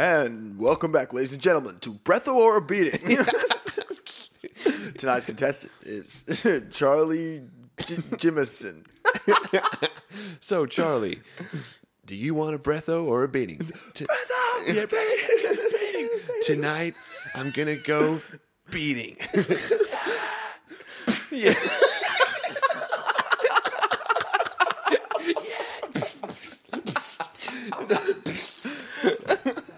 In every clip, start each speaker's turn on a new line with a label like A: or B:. A: And welcome back, ladies and gentlemen, to Breath of War Beating. Tonight's contestant is Charlie J- Jimison.
B: So, Charlie, do you want a breatho or a beating? T- Yeah, beating. Tonight, I'm going to go beating.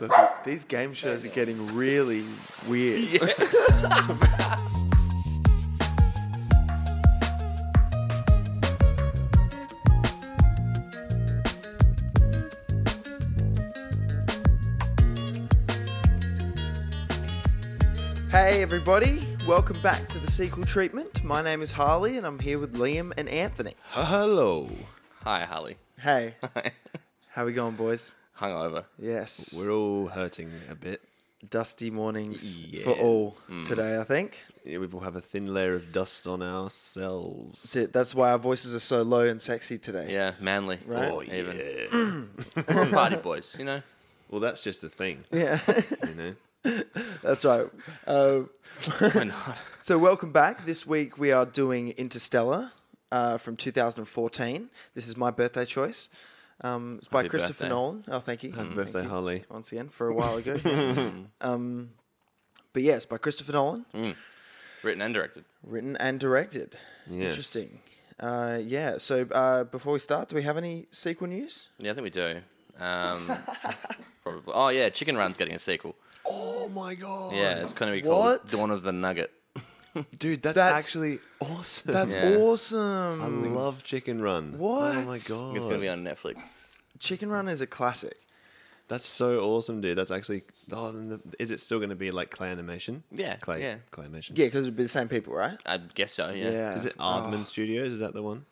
A: But These game shows are getting really weird. Hey everybody, welcome back to the sequel treatment. My name is Harley and I'm here with Liam and Anthony.
B: Hello.
C: Hi, Holly.
A: Hey. How we going, boys?
C: Hungover.
A: Yes.
B: We're all hurting a bit.
A: Dusty mornings for
B: Yes.
A: all today, I think.
B: Yeah, we all have a thin layer of dust on ourselves.
A: That's it. That's why our voices are so low and sexy today.
C: Yeah, manly.
A: Right.
B: Oh,
C: Even.
B: yeah.
C: We're party boys, you know?
B: well, that's just the thing,
A: Yeah,
B: you know?
A: that's right. Uh,
C: Why not?
A: so, welcome back. This week we are doing Interstellar uh, from 2014. This is my birthday choice. Um, it's by
C: Happy
A: Christopher
C: birthday. Mm-hmm.
A: Nolan. Oh, thank you.
B: Happy
A: Thank
B: birthday,
A: you.
B: Holly.
A: Once again, for a while ago. um, but yes, by Christopher Nolan,
C: Mm. Written and directed.
A: written and directed.
B: Yes.
A: Interesting. Uh, yeah. So, uh, before we start, do we have any sequel news?
C: Yeah, I think we do. Um, probably. Oh, yeah, Chicken Run's getting a sequel.
B: Oh, my God.
C: Yeah, it's going to be
A: What?
C: called Dawn of the Nugget.
B: Dude, that's,
A: That's-
B: actually awesome.
A: That's
C: Yeah.
A: awesome.
B: I love Chicken Run.
A: What?
B: Oh, my
A: It's
B: God.
C: It's going to be on Netflix.
A: Chicken Run is a classic.
B: That's so awesome, dude. That's actually. Oh, then the, is it still going to be like clay animation?
C: Yeah,
B: clay,
C: yeah.
B: clay animation.
A: Yeah, because it'd be the same people, right?
C: I guess so, yeah.
B: Is it Aardman Studios? Is that the one?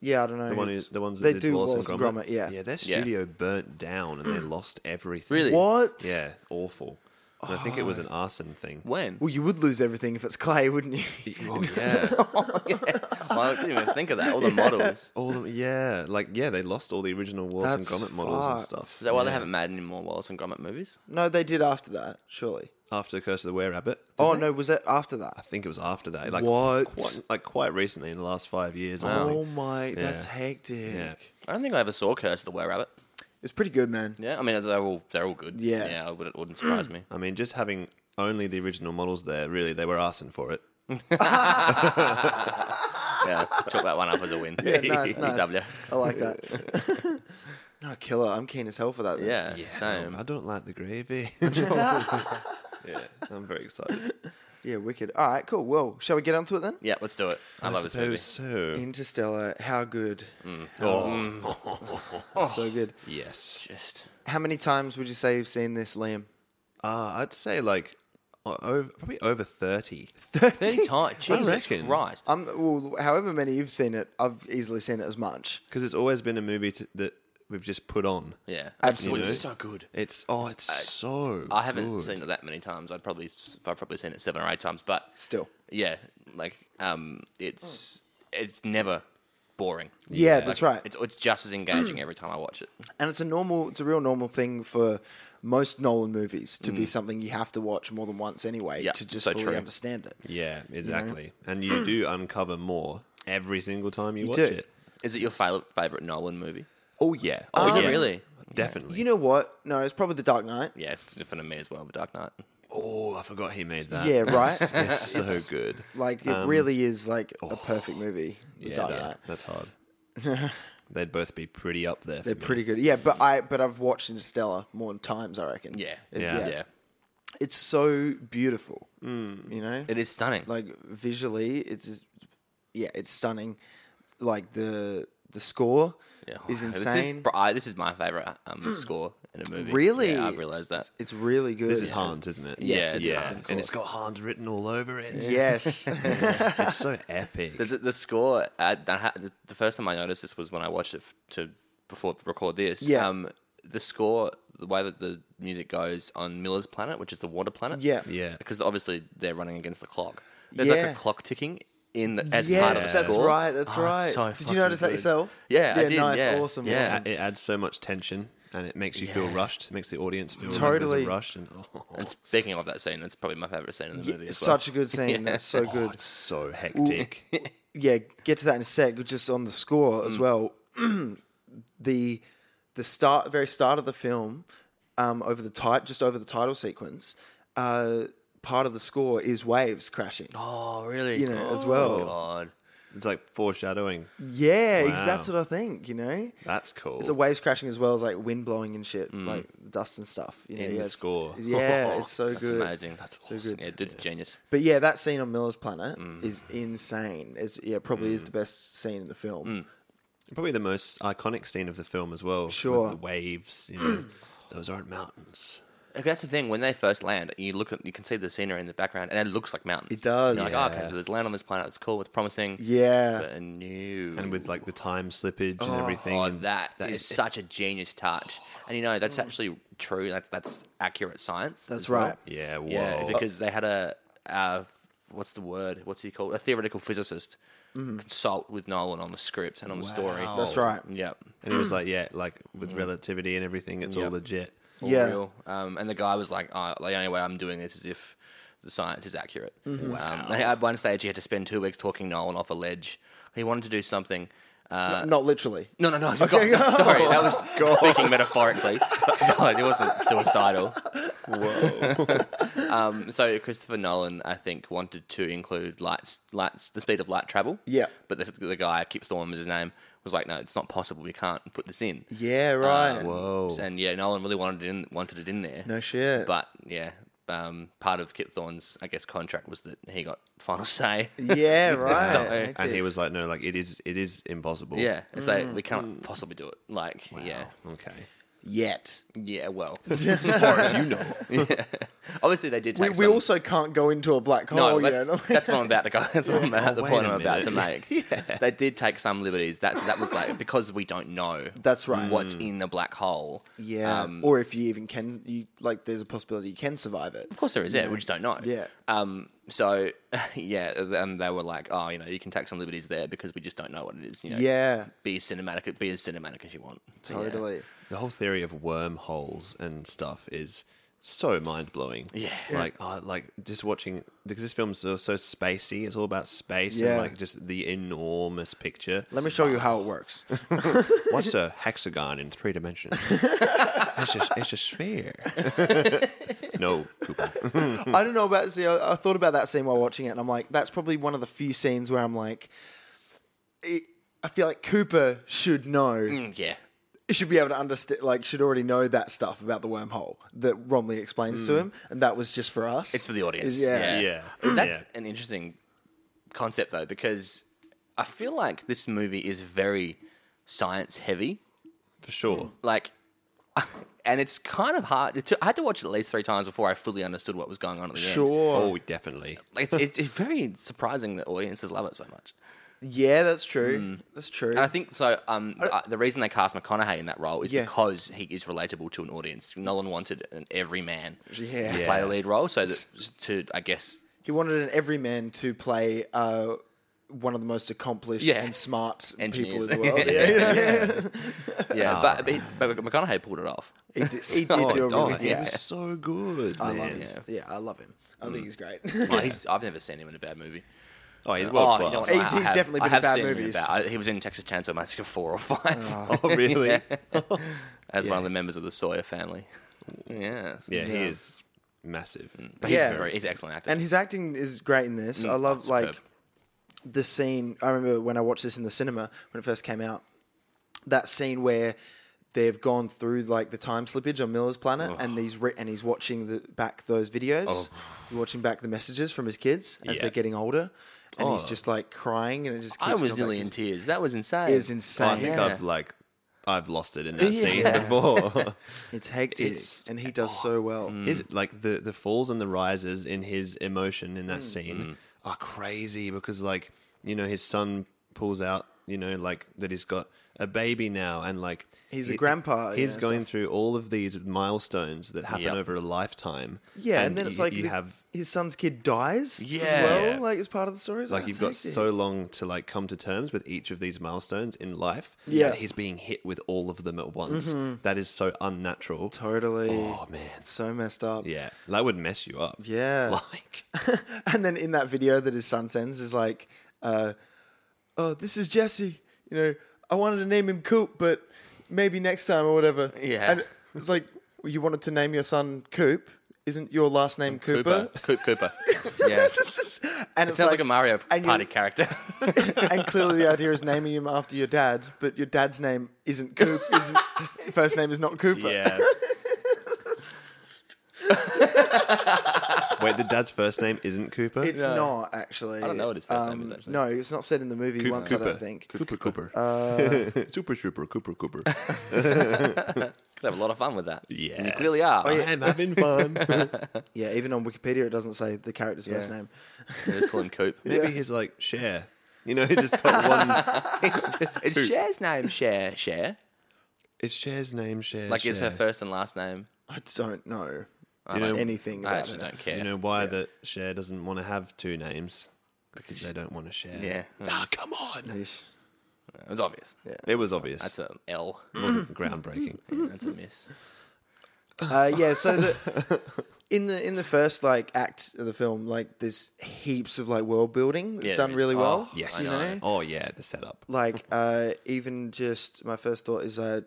A: Yeah, I don't know.
B: The one
A: who's-
B: is the ones that
A: Oh. they
B: did
A: do
B: Wallace, and Gromit.
A: Yeah.
B: yeah. Their
C: Yeah.
B: studio burnt down and they lost everything.
C: Really?
A: What?
B: Yeah, awful. And I think it was an arson thing.
C: When?
A: Well, you would lose everything if it's clay, wouldn't you?
B: Oh yeah,
C: Well, I didn't even think of that. All the models.
B: all the, yeah, like yeah, they lost all the original Wallace and
A: That's
B: Gromit models and
A: fucked.
B: stuff
C: Is that why they haven't made any more Wallace and Gromit movies?
A: no, they did after that, surely.
B: after Curse of the Were Rabbit.
A: Oh no, was it after
B: I
A: that?
B: think it was after that. Like
A: What?
B: Quite, like quite recently in the last five years. or
A: Oh
B: something.
A: my, that's
B: Yeah.
A: hectic.
B: yeah.
C: I don't think I ever saw Curse of the Were Rabbit.
A: It's pretty good, man.
C: Yeah, I mean, they're all, they're all good.
A: Yeah.
C: Yeah, it wouldn't- wouldn't surprise me.
B: I mean, just having only the original models there, really, they were asking for it.
C: Yeah, took that one up as a win.
A: Yeah, nice, nice.
C: W.
A: I like that. no killer. I'm keen as hell for that. Though.
C: Yeah,
B: Um,
C: same.
B: I don't like the gravy. yeah, I'm very excited.
A: Yeah. Wicked. All right. Cool. Well, shall we get onto it then?
C: Yeah, let's do it. I, love this movie.
B: suppose so.
A: Interstellar. How good.
B: Mm. Oh.
A: So good.
B: yes.
C: Just
A: How many times would you say you've seen this, Liam?
B: Uh, I'd say like o- over, probably over 30.
C: thirty times. Jesus
B: reckon.
C: Christ.
A: I'm Um, well, however many you've seen it, I've easily seen it as much.
B: Because it's always been a movie to, that we've just put on.
C: yeah,
A: Absolutely.
B: You know?
C: so good. uh,
B: It's, oh, it's so.
C: I haven't
B: good.
C: seen it that many times. I'd probably I've probably seen it seven or eight times, but
A: Still.
C: yeah, like um, it's it's never boring.
A: Yeah, that's right.
C: It's it's just as engaging every time I watch it.
A: and it's a normal, it's a real normal thing for most Nolan movies to be something you have to watch more than once anyway
C: Yeah,
A: to just
C: so
A: fully
C: true.
A: understand it.
B: Yeah, exactly. And you do uncover more every single time you, watch
A: do.
B: it.
C: Is it your favorite favorite Nolan movie?
B: Oh, yeah. Oh,
C: yeah, really?
B: Definitely.
A: You know what? No, it's probably The Dark Knight.
C: Yeah, it's different to me as well. The Dark Knight.
B: oh, I forgot he made that.
A: Yeah, right.
B: It's so good.
A: like it really is like a perfect movie. The
B: Yeah,
A: Dark
B: that-
A: Knight.
B: that's hard. They'd both be pretty up there. For
A: They're
B: me.
A: pretty good. Yeah, but I but I've watched Interstellar more times. I reckon.
C: Yeah.
A: It-
B: Yeah.
C: yeah,
A: It's so beautiful. You know,
C: It is stunning.
A: like visually it's just, yeah it's stunning like the the score
C: Yeah. Oh,
A: is
C: This
A: insane
C: bro, I- This is, my favorite um, score in a movie.
A: really
C: Yeah, I've realized that.
A: it's, it's really good
B: This is Hans, isn't it?
A: yes
C: Yeah,
A: it's
C: yeah.
A: Hans, of
B: and it's
A: course.
B: got Hans written all over it.
A: yes
B: it's so epic.
C: The, the- the score, uh, that ha- the- the first time I noticed this was when I watched it f- to before to record this.
A: Yeah.
C: Um, the score, the way that the music goes on Miller's planet, which is the water planet.
A: yeah
B: Yeah,
C: Because obviously they're running against the clock. There's like
A: Yeah.
C: a clock ticking in the, as part of the
A: yes that's
C: score.
A: right that's
C: Oh,
A: right
C: it's so
A: did you
C: fucking
A: notice that
C: good.
A: yourself
C: Yeah, I did,
A: nice
C: yeah.
A: awesome
C: Yeah.
A: awesome
B: it adds so much tension. and it makes you feel rushed. It makes the audience feel
A: Totally.
B: totally rushed. And oh,
C: And speaking of that scene, that's probably my favorite scene in the movie.
A: It's
C: As well.
A: such a good scene. It's so good.
B: it's so hectic.
A: yeah, get to that in a sec. Just on the score
C: Mm.
A: as well. the the start, very start of the film, um, over the tight, just over the title sequence. Uh, part of the score is waves crashing.
C: oh, really?
A: You know, as
C: Oh,
A: well.
C: God.
B: It's like foreshadowing.
A: Yeah, ex-
B: Wow.
A: that's what I think. You know,
B: That's cool.
A: the waves crashing as well as like wind blowing and shit,
C: Mm.
A: like dust and stuff. You know,
B: In the
A: yeah, it's-
B: score.
A: Yeah, it's so
C: It's
A: good.
C: amazing. That's
A: So awesome. good.
C: Yeah, dude's genius.
A: But yeah, that scene on Miller's Planet
C: Mm.
A: is insane. It's yeah, probably is the best scene in the film.
C: Mm.
B: Probably the most iconic scene of the film as well. with
A: Sure.
B: the waves. You know, those aren't mountains.
C: Like, that's the thing. When they first land, you look at you can see the scenery in the background, and it looks like mountains.
A: It does.
C: You're like, oh, okay, so there's land on this planet. It's cool. It's promising.
A: Yeah.
C: But new.
B: And with like the time slippage and everything.
C: Oh,
B: and
C: that is, such a genius touch. And you know, that's actually true. Like, that's accurate science.
A: Mm. That's
C: as well.
A: right.
B: Yeah, whoa.
C: Yeah, because they had a, uh, what's the word? What's he called? A theoretical physicist consult with Nolan on the script and on the story.
B: Wow.
A: Mm-hmm. That's right.
C: Yep.
B: and it was like, yeah, like with relativity and everything, it's all
C: Yep.
B: legit.
C: All
A: Yeah.
C: real. Um, and the guy was like, oh, the only way I'm doing this is if the science is accurate. Um, and at one stage, he had to spend two weeks talking Nolan off a ledge. He wanted to do something. Uh,
A: Not literally.
C: No, no, no. God, no, sorry, that was speaking metaphorically. No, it wasn't suicidal. Whoa. um, so Christopher Nolan, I think, wanted to include lights, lights, the speed of light travel.
A: Yeah.
C: But the, the guy, I keep throwing him as his name, was like, no, it's not possible. We can't put this in.
A: Yeah, right.
C: Um,
B: Whoa.
C: And yeah, Nolan really wanted it in, wanted it in there.
A: Uh, no shit.
C: But yeah, um, part of Kip Thorne's, I guess, contract was that he got final say.
A: yeah, right.
C: So-
A: Hectic.
B: And he was like, no, like it is, it is impossible.
C: Yeah, it's like we can't possibly do it. Like, yeah,
B: Okay.
A: Yet.
C: yeah. Well,
B: As far as you know,
C: obviously they did.
A: We,
C: Take
A: we
C: some-
A: also Oh, can't go into a black
C: No,
A: hole, you know.
C: that's, that's what I'm about to go. That's what I'm about, the
B: wait
C: point
B: a
C: I'm about to
B: minute.
C: make. They did take some liberties. That's that was like because we don't know.
A: That's right.
C: What's in the black hole?
A: yeah.
C: Um,
A: or if you even can you like there's a possibility you can survive it.
C: of course there is. Yeah, we just don't know.
A: Yeah.
C: Um. So yeah, and they were like, oh, you know, you can take some liberties there because we just don't know what it is. You know,
A: Yeah.
C: Be as cinematic. Be as cinematic as you want. So, yeah.
A: Totally.
B: the whole theory of wormholes and stuff is so mind blowing.
C: Yeah.
B: Like, oh, like just watching because this film's so, so spacey. It's all about space
A: Yeah.
B: and like just the enormous picture.
A: Let me show you how it works.
B: What's a hexagon in three dimensions? it's just it's a sphere. no, Koopa.
A: I don't know about see. I, I thought about that scene while watching it, and I'm like, that's probably one of the few scenes where I'm like, it, I feel like Cooper should know,
C: Mm, Yeah.
A: should be able to understand, like, should already know that stuff about the wormhole that Romley explains to him, and that was just for us.
C: Mm. It's for the audience.
A: Yeah.
C: Yeah.
B: Yeah.
C: That's
B: Yeah.
C: an interesting concept though, because I feel like this movie is very science heavy.
B: For sure.
C: like and it's kind of hard it took- i had to watch it at least three times before i fully understood what was going on at the end
A: Sure.
B: Oh, definitely.
C: like it's, it's, it's very surprising that audiences love it so much
A: Yeah, that's true. That's true.
C: Mm. and i think so um, uh, the reason they cast mcconaughey in that role is
A: Yeah.
C: because he is relatable to an audience nolan wanted an everyman
A: Yeah.
C: to play the lead role so that to i guess
A: he wanted an everyman to play uh, one of the most accomplished
C: Yeah.
A: and smart
C: Engineers.
A: people in the world.
C: Yeah.
A: Yeah, yeah.
C: yeah
A: Oh.
C: but, but, he- but mcconaughey pulled it off
A: He did, he did do a
B: Oh,
A: really good.
B: it
A: Yeah.
B: was so good.
A: I
B: man.
A: love him. Yeah, I love him. I
C: Mm.
A: think he's great.
C: Well, he's, i've never seen him in a bad movie
B: Oh, he's world
C: you know
B: class.
C: what,
A: He's-
C: I- I
A: he's
C: have-
A: definitely
C: I
A: been in
C: have
A: bad
C: seen him in
A: movies.
C: bad- I- he was in Texas Chainsaw Massacre four or five.
B: Oh, really?
C: Yeah.
B: Yeah,
C: as one of the members of the Sawyer family. Yeah,
B: he is massive.
C: But he's
A: Yeah.
C: a very he's an excellent actor.
A: and his acting is great in
B: Mm,
A: this. I love like
C: superb.
A: the scene. I remember when I watched this in the cinema when it first came out. That scene where they've gone through like the time slippage on Miller's planet, and these re- and he's watching the, back those videos, He's watching back the messages from his kids as
B: Oh. Yeah. Oh.
A: they're getting older, and he's just like crying, and it just keeps
C: I
A: going
C: was
A: back
C: nearly
A: to-
C: in tears. That was insane.
A: It's
B: I
A: insane.
B: think
C: Yeah.
B: I've like I've lost it in that scene
A: Yeah.
B: before.
A: It's hectic,
B: It's- oh, mm.
A: and he does so well.
B: his, like the the falls and the rises in his emotion in that
A: Mm.
B: scene are crazy because like you know his son pulls out you know like that he's got a baby now, and like
A: He's a grandpa,
B: He's
A: yeah,
B: going through all of these milestones that happen
C: Yep.
B: over a lifetime.
A: Yeah, and, then it's
B: you-
A: like
B: you
A: the-
B: have
A: his son's kid dies.
C: Yeah.
A: as well, like as part of the story. It's
B: like you've got
A: that's hectic.
B: so long to like come to terms with each of these milestones in life.
A: Yeah. Mm-hmm.
B: and he's being hit with all of them at once. That is so unnatural.
A: totally
B: Oh man,
A: so messed up.
B: yeah, that would mess you up.
A: Yeah.
B: like
A: and then in that video that his son sends is like, uh, "Oh, this is Jesse. You know, I wanted to name him Coop, but maybe next time or whatever."
C: Yeah.
A: and it's like well, you wanted to name your son Coop. Isn't your last name Cooper?
C: Cooper. Coop Cooper. Yeah.
A: And it
C: Sounds like, a Mario
A: and you-
C: Party character.
A: and clearly the idea is naming him after your dad, but your dad's name isn't Coop. Isn't first name is not Cooper.
B: yeah. Wait, the dad's first name isn't Cooper.
A: It's
C: No.
A: not actually. I
C: don't know what his first name is, actually.
A: No, it's not said in the movie once. I don't think. Uh,
B: Cooper Cooper. Super Trooper Cooper Cooper.
C: Could have a lot of fun with that. And you
B: Yes.
C: clearly
A: Oh,
C: are.
B: I'm having fun.
A: Um, Yeah, even on Wikipedia it doesn't say the character's first
C: Yeah.
A: name.
C: They just call him Coop.
B: Maybe he's like share. You know, he's just got one.
C: It's Cher's name, Cher. Cher.
B: It's Cher's name. Share.
C: Like,
B: share.
C: it's her first and last name.
A: I don't know
B: know-
A: anything
C: I
A: about
C: actually
A: it.
C: don't care.
B: You know why that share doesn't want to have two names because they don't want to share.
C: Yeah.
B: Ah, come on.
C: It was obvious.
B: It was obvious.
C: That's an L.
B: It wasn't groundbreaking.
C: Yeah, That's a miss.
A: Uh, yeah, so the, in the in the first like act of the film, like there's heaps of like world building. It's
C: Yeah,
A: done
C: there is.
A: really well.
C: Oh,
B: Yes.
C: I know.
B: Oh yeah, the setup.
A: like uh, even just my first thought is uh,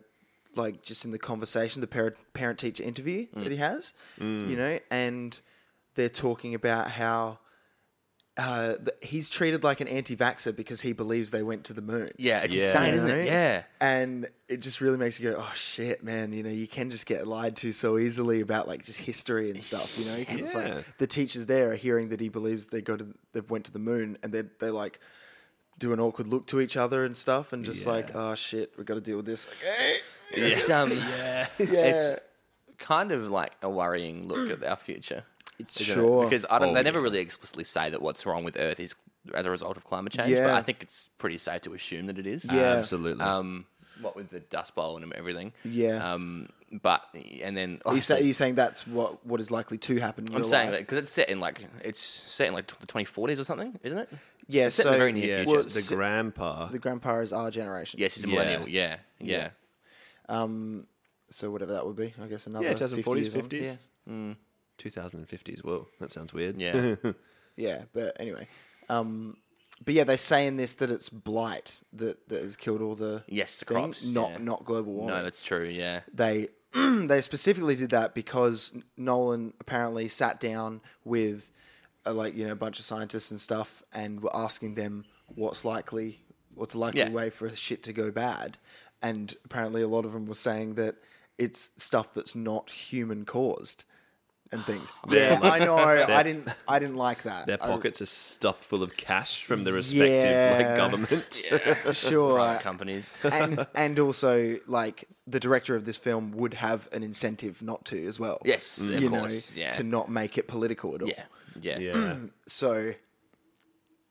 A: like just in the conversation the parent parent teacher interview
C: Mm.
A: that he has you know and they're talking about how uh, th- he's treated like an anti-vaxxer because he believes they went to the moon
C: Yeah, it's
B: Yeah.
C: insane, isn't
A: Right?
C: it? Yeah.
A: and it just really makes you go oh shit man you know you can just get lied to so easily about like just history and stuff you know 'Cause it's
B: Yeah.
A: like the teachers there are hearing that he believes they go to they went to the moon and they they like do an awkward look to each other and stuff and just like oh shit we got to deal with this okay
C: It's, um, it's kind of like a worrying look at our future. isn't it?
A: sure
C: Because I don't,
B: Oh,
C: they
B: yeah.
C: never really explicitly say that what's wrong with Earth is as a result of climate change, but
A: Yeah.
C: I think it's pretty safe to assume that it is.
A: Yeah.
B: Absolutely.
C: Um, what with the Dust Bowl and everything.
A: Yeah.
C: Um, but, and then.
A: you say,
C: obviously-
A: are you saying that's what what is likely to happen in
C: I'm
A: real
C: saying
A: life?
C: that because it's set in like it's set in like the 2040s or something, isn't it?
A: yeah
C: It's set in
A: so
C: the very near
B: yeah,
C: future.
A: well,
B: the
A: s-
B: grandpa.
A: the grandpa is our generation
C: Yes, he's a
B: Yeah.
C: millennial. Yeah, yeah.
A: so whatever that would be i guess another
B: yeah,
A: 50
B: 2040s,
A: years on.
B: 50s.
A: yeah
B: 2050s. Whoa, that sounds weird.
C: Yeah.
A: Yeah, but anyway. Um, but yeah, they say in this that it's blight that, that has killed all the
C: Yes, the
A: things,
C: crops,
A: not
C: yeah.
A: not global warming.
C: No, that's true. Yeah.
A: they they specifically did that because Nolan apparently sat down with uh, like you know a bunch of scientists and stuff and were asking them what's likely what's the likely
C: Yeah.
A: way for shit to go bad, and apparently a lot of them were saying that it's stuff that's not human caused. And things. Yeah, I know. I didn't. I didn't like that.
B: Their
A: I-
B: pockets are stuffed full of cash from the respective
A: Yeah.
B: like government.
A: sure.
C: Private companies.
A: and and also like the director of this film would have an incentive not to as well.
C: Yes, of
A: you
C: course,
A: know,
C: yeah.
A: to not make it political at all.
C: yeah. Yeah.
B: Yeah.
A: So.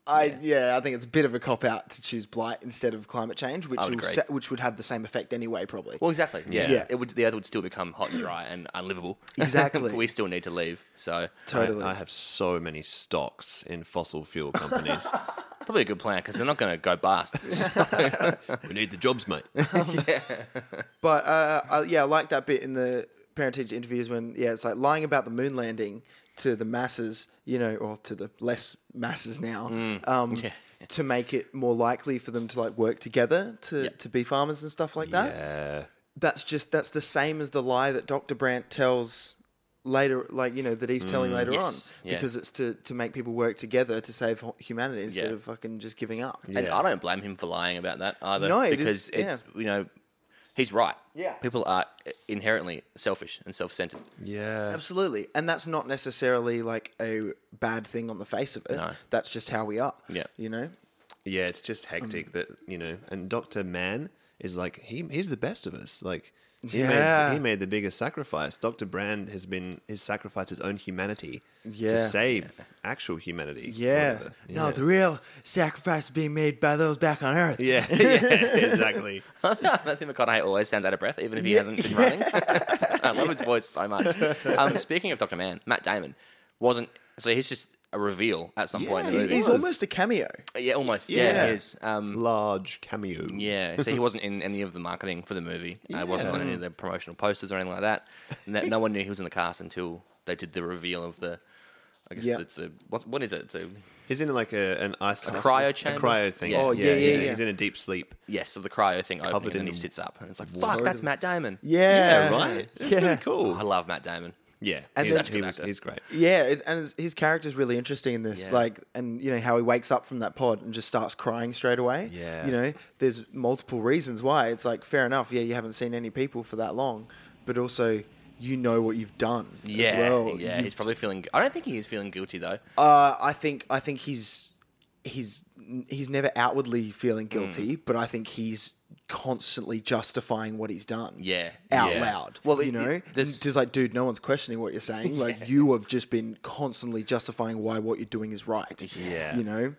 A: I yeah. I think it's a bit of a cop out to choose blight instead of climate change, which
C: would
A: will
C: agree.
A: sa- which would have the same effect anyway, probably.
C: Well, exactly. Yeah.
A: Yeah.
C: It would the earth would still become hot and dry and unlivable.
A: Exactly.
C: we still need to leave. So
A: totally.
B: I, I have so many stocks in fossil fuel companies.
C: probably a good plan because they're not going to go bust. So,
B: we need the jobs, mate.
A: But uh, I, yeah, I like that bit in the parent teacher interviews when yeah, it's like lying about the moon landing to the masses, you know, or to the less masses now,
C: Mm.
A: um, to make it more likely for them to like work together to to be farmers and stuff like that.
B: Yeah.
A: That's just that's the same as the lie that Doctor Brandt tells later, like you know that he's telling later
C: Yes,
A: on,
C: yeah.
A: because it's to to make people work together to save hu- humanity instead
C: Yeah.
A: of fucking just giving up.
C: and I don't blame him for lying about that either.
A: No, it
C: because
A: is- yeah.
C: you know he's right.
A: Yeah.
C: People are inherently selfish and self-centered.
B: Yeah.
A: Absolutely. And that's not necessarily like a bad thing on the face of it.
C: No.
A: That's just how we are.
C: Yeah.
A: You know?
B: Yeah, it's just hectic that, you know, and Dr. Mann is like, he, he's the best of us. Like, He
A: Yeah.
B: made, he made the biggest sacrifice. Dr. Brand has been, has sacrificed his own humanity
A: Yeah.
B: to save actual humanity. or
A: Yeah.
B: whatever.
A: No, the real sacrifice being made by those back on Earth.
B: yeah, yeah, exactly.
C: Matthew McConaughey always sounds out of breath, even if he hasn't been running. I love his voice so much. Um, speaking of Doctor Man, Matt Damon wasn't. So he's just a reveal at some point in the
A: He-
C: movie.
A: He's
B: was.
A: almost a cameo.
C: yeah, almost. Yeah,
A: Yeah.
C: he is. Um,
B: Large cameo.
C: yeah, so he wasn't in any of the marketing for the movie. I wasn't on any of the promotional posters or anything like that. And that no one knew he was in the cast until they did the reveal of the. I guess
A: Yeah.
C: it's a what? What is it? It's a,
B: He's in like a an ice a
C: cryo chamber?
B: a cryo thing.
C: Yeah. Oh,
A: yeah, yeah,
B: he's, in-
A: yeah.
B: he's in a deep sleep.
C: yes, of the cryo thing opening,
B: Covered
C: and then
B: in-
C: he sits up, and it's like, fuck, that's Matt Damon.
A: Yeah.
B: right. It's
A: Yeah.
B: pretty
C: I
B: cool.
C: love Matt Damon.
B: Yeah,
A: And
B: he's,
A: then-
B: he was,
C: Actor.
B: he's great.
A: Yeah, it, and his- his character's really interesting in this.
C: Yeah.
A: Like, and you know how he wakes up from that pod and just starts crying straight away.
B: Yeah.
A: you know, there's multiple reasons why. It's like fair enough. Yeah, you haven't seen any people for that long, but also you know what you've done.
C: Yeah,
A: as well.
C: yeah,
A: You-
C: he's probably feeling. I don't think he is feeling guilty though.
A: Uh, I think I think he's he's he's never outwardly feeling
C: Hmm.
A: guilty, but I think he's constantly justifying what he's done.
C: Yeah,
A: out
C: yeah.
A: loud.
C: Well,
A: Well, you
C: it-
A: know,
C: it- this-
A: just like, dude, no one's questioning what you're saying. Like, you have just been constantly justifying why what you're doing is right.
B: Yeah.
A: you know,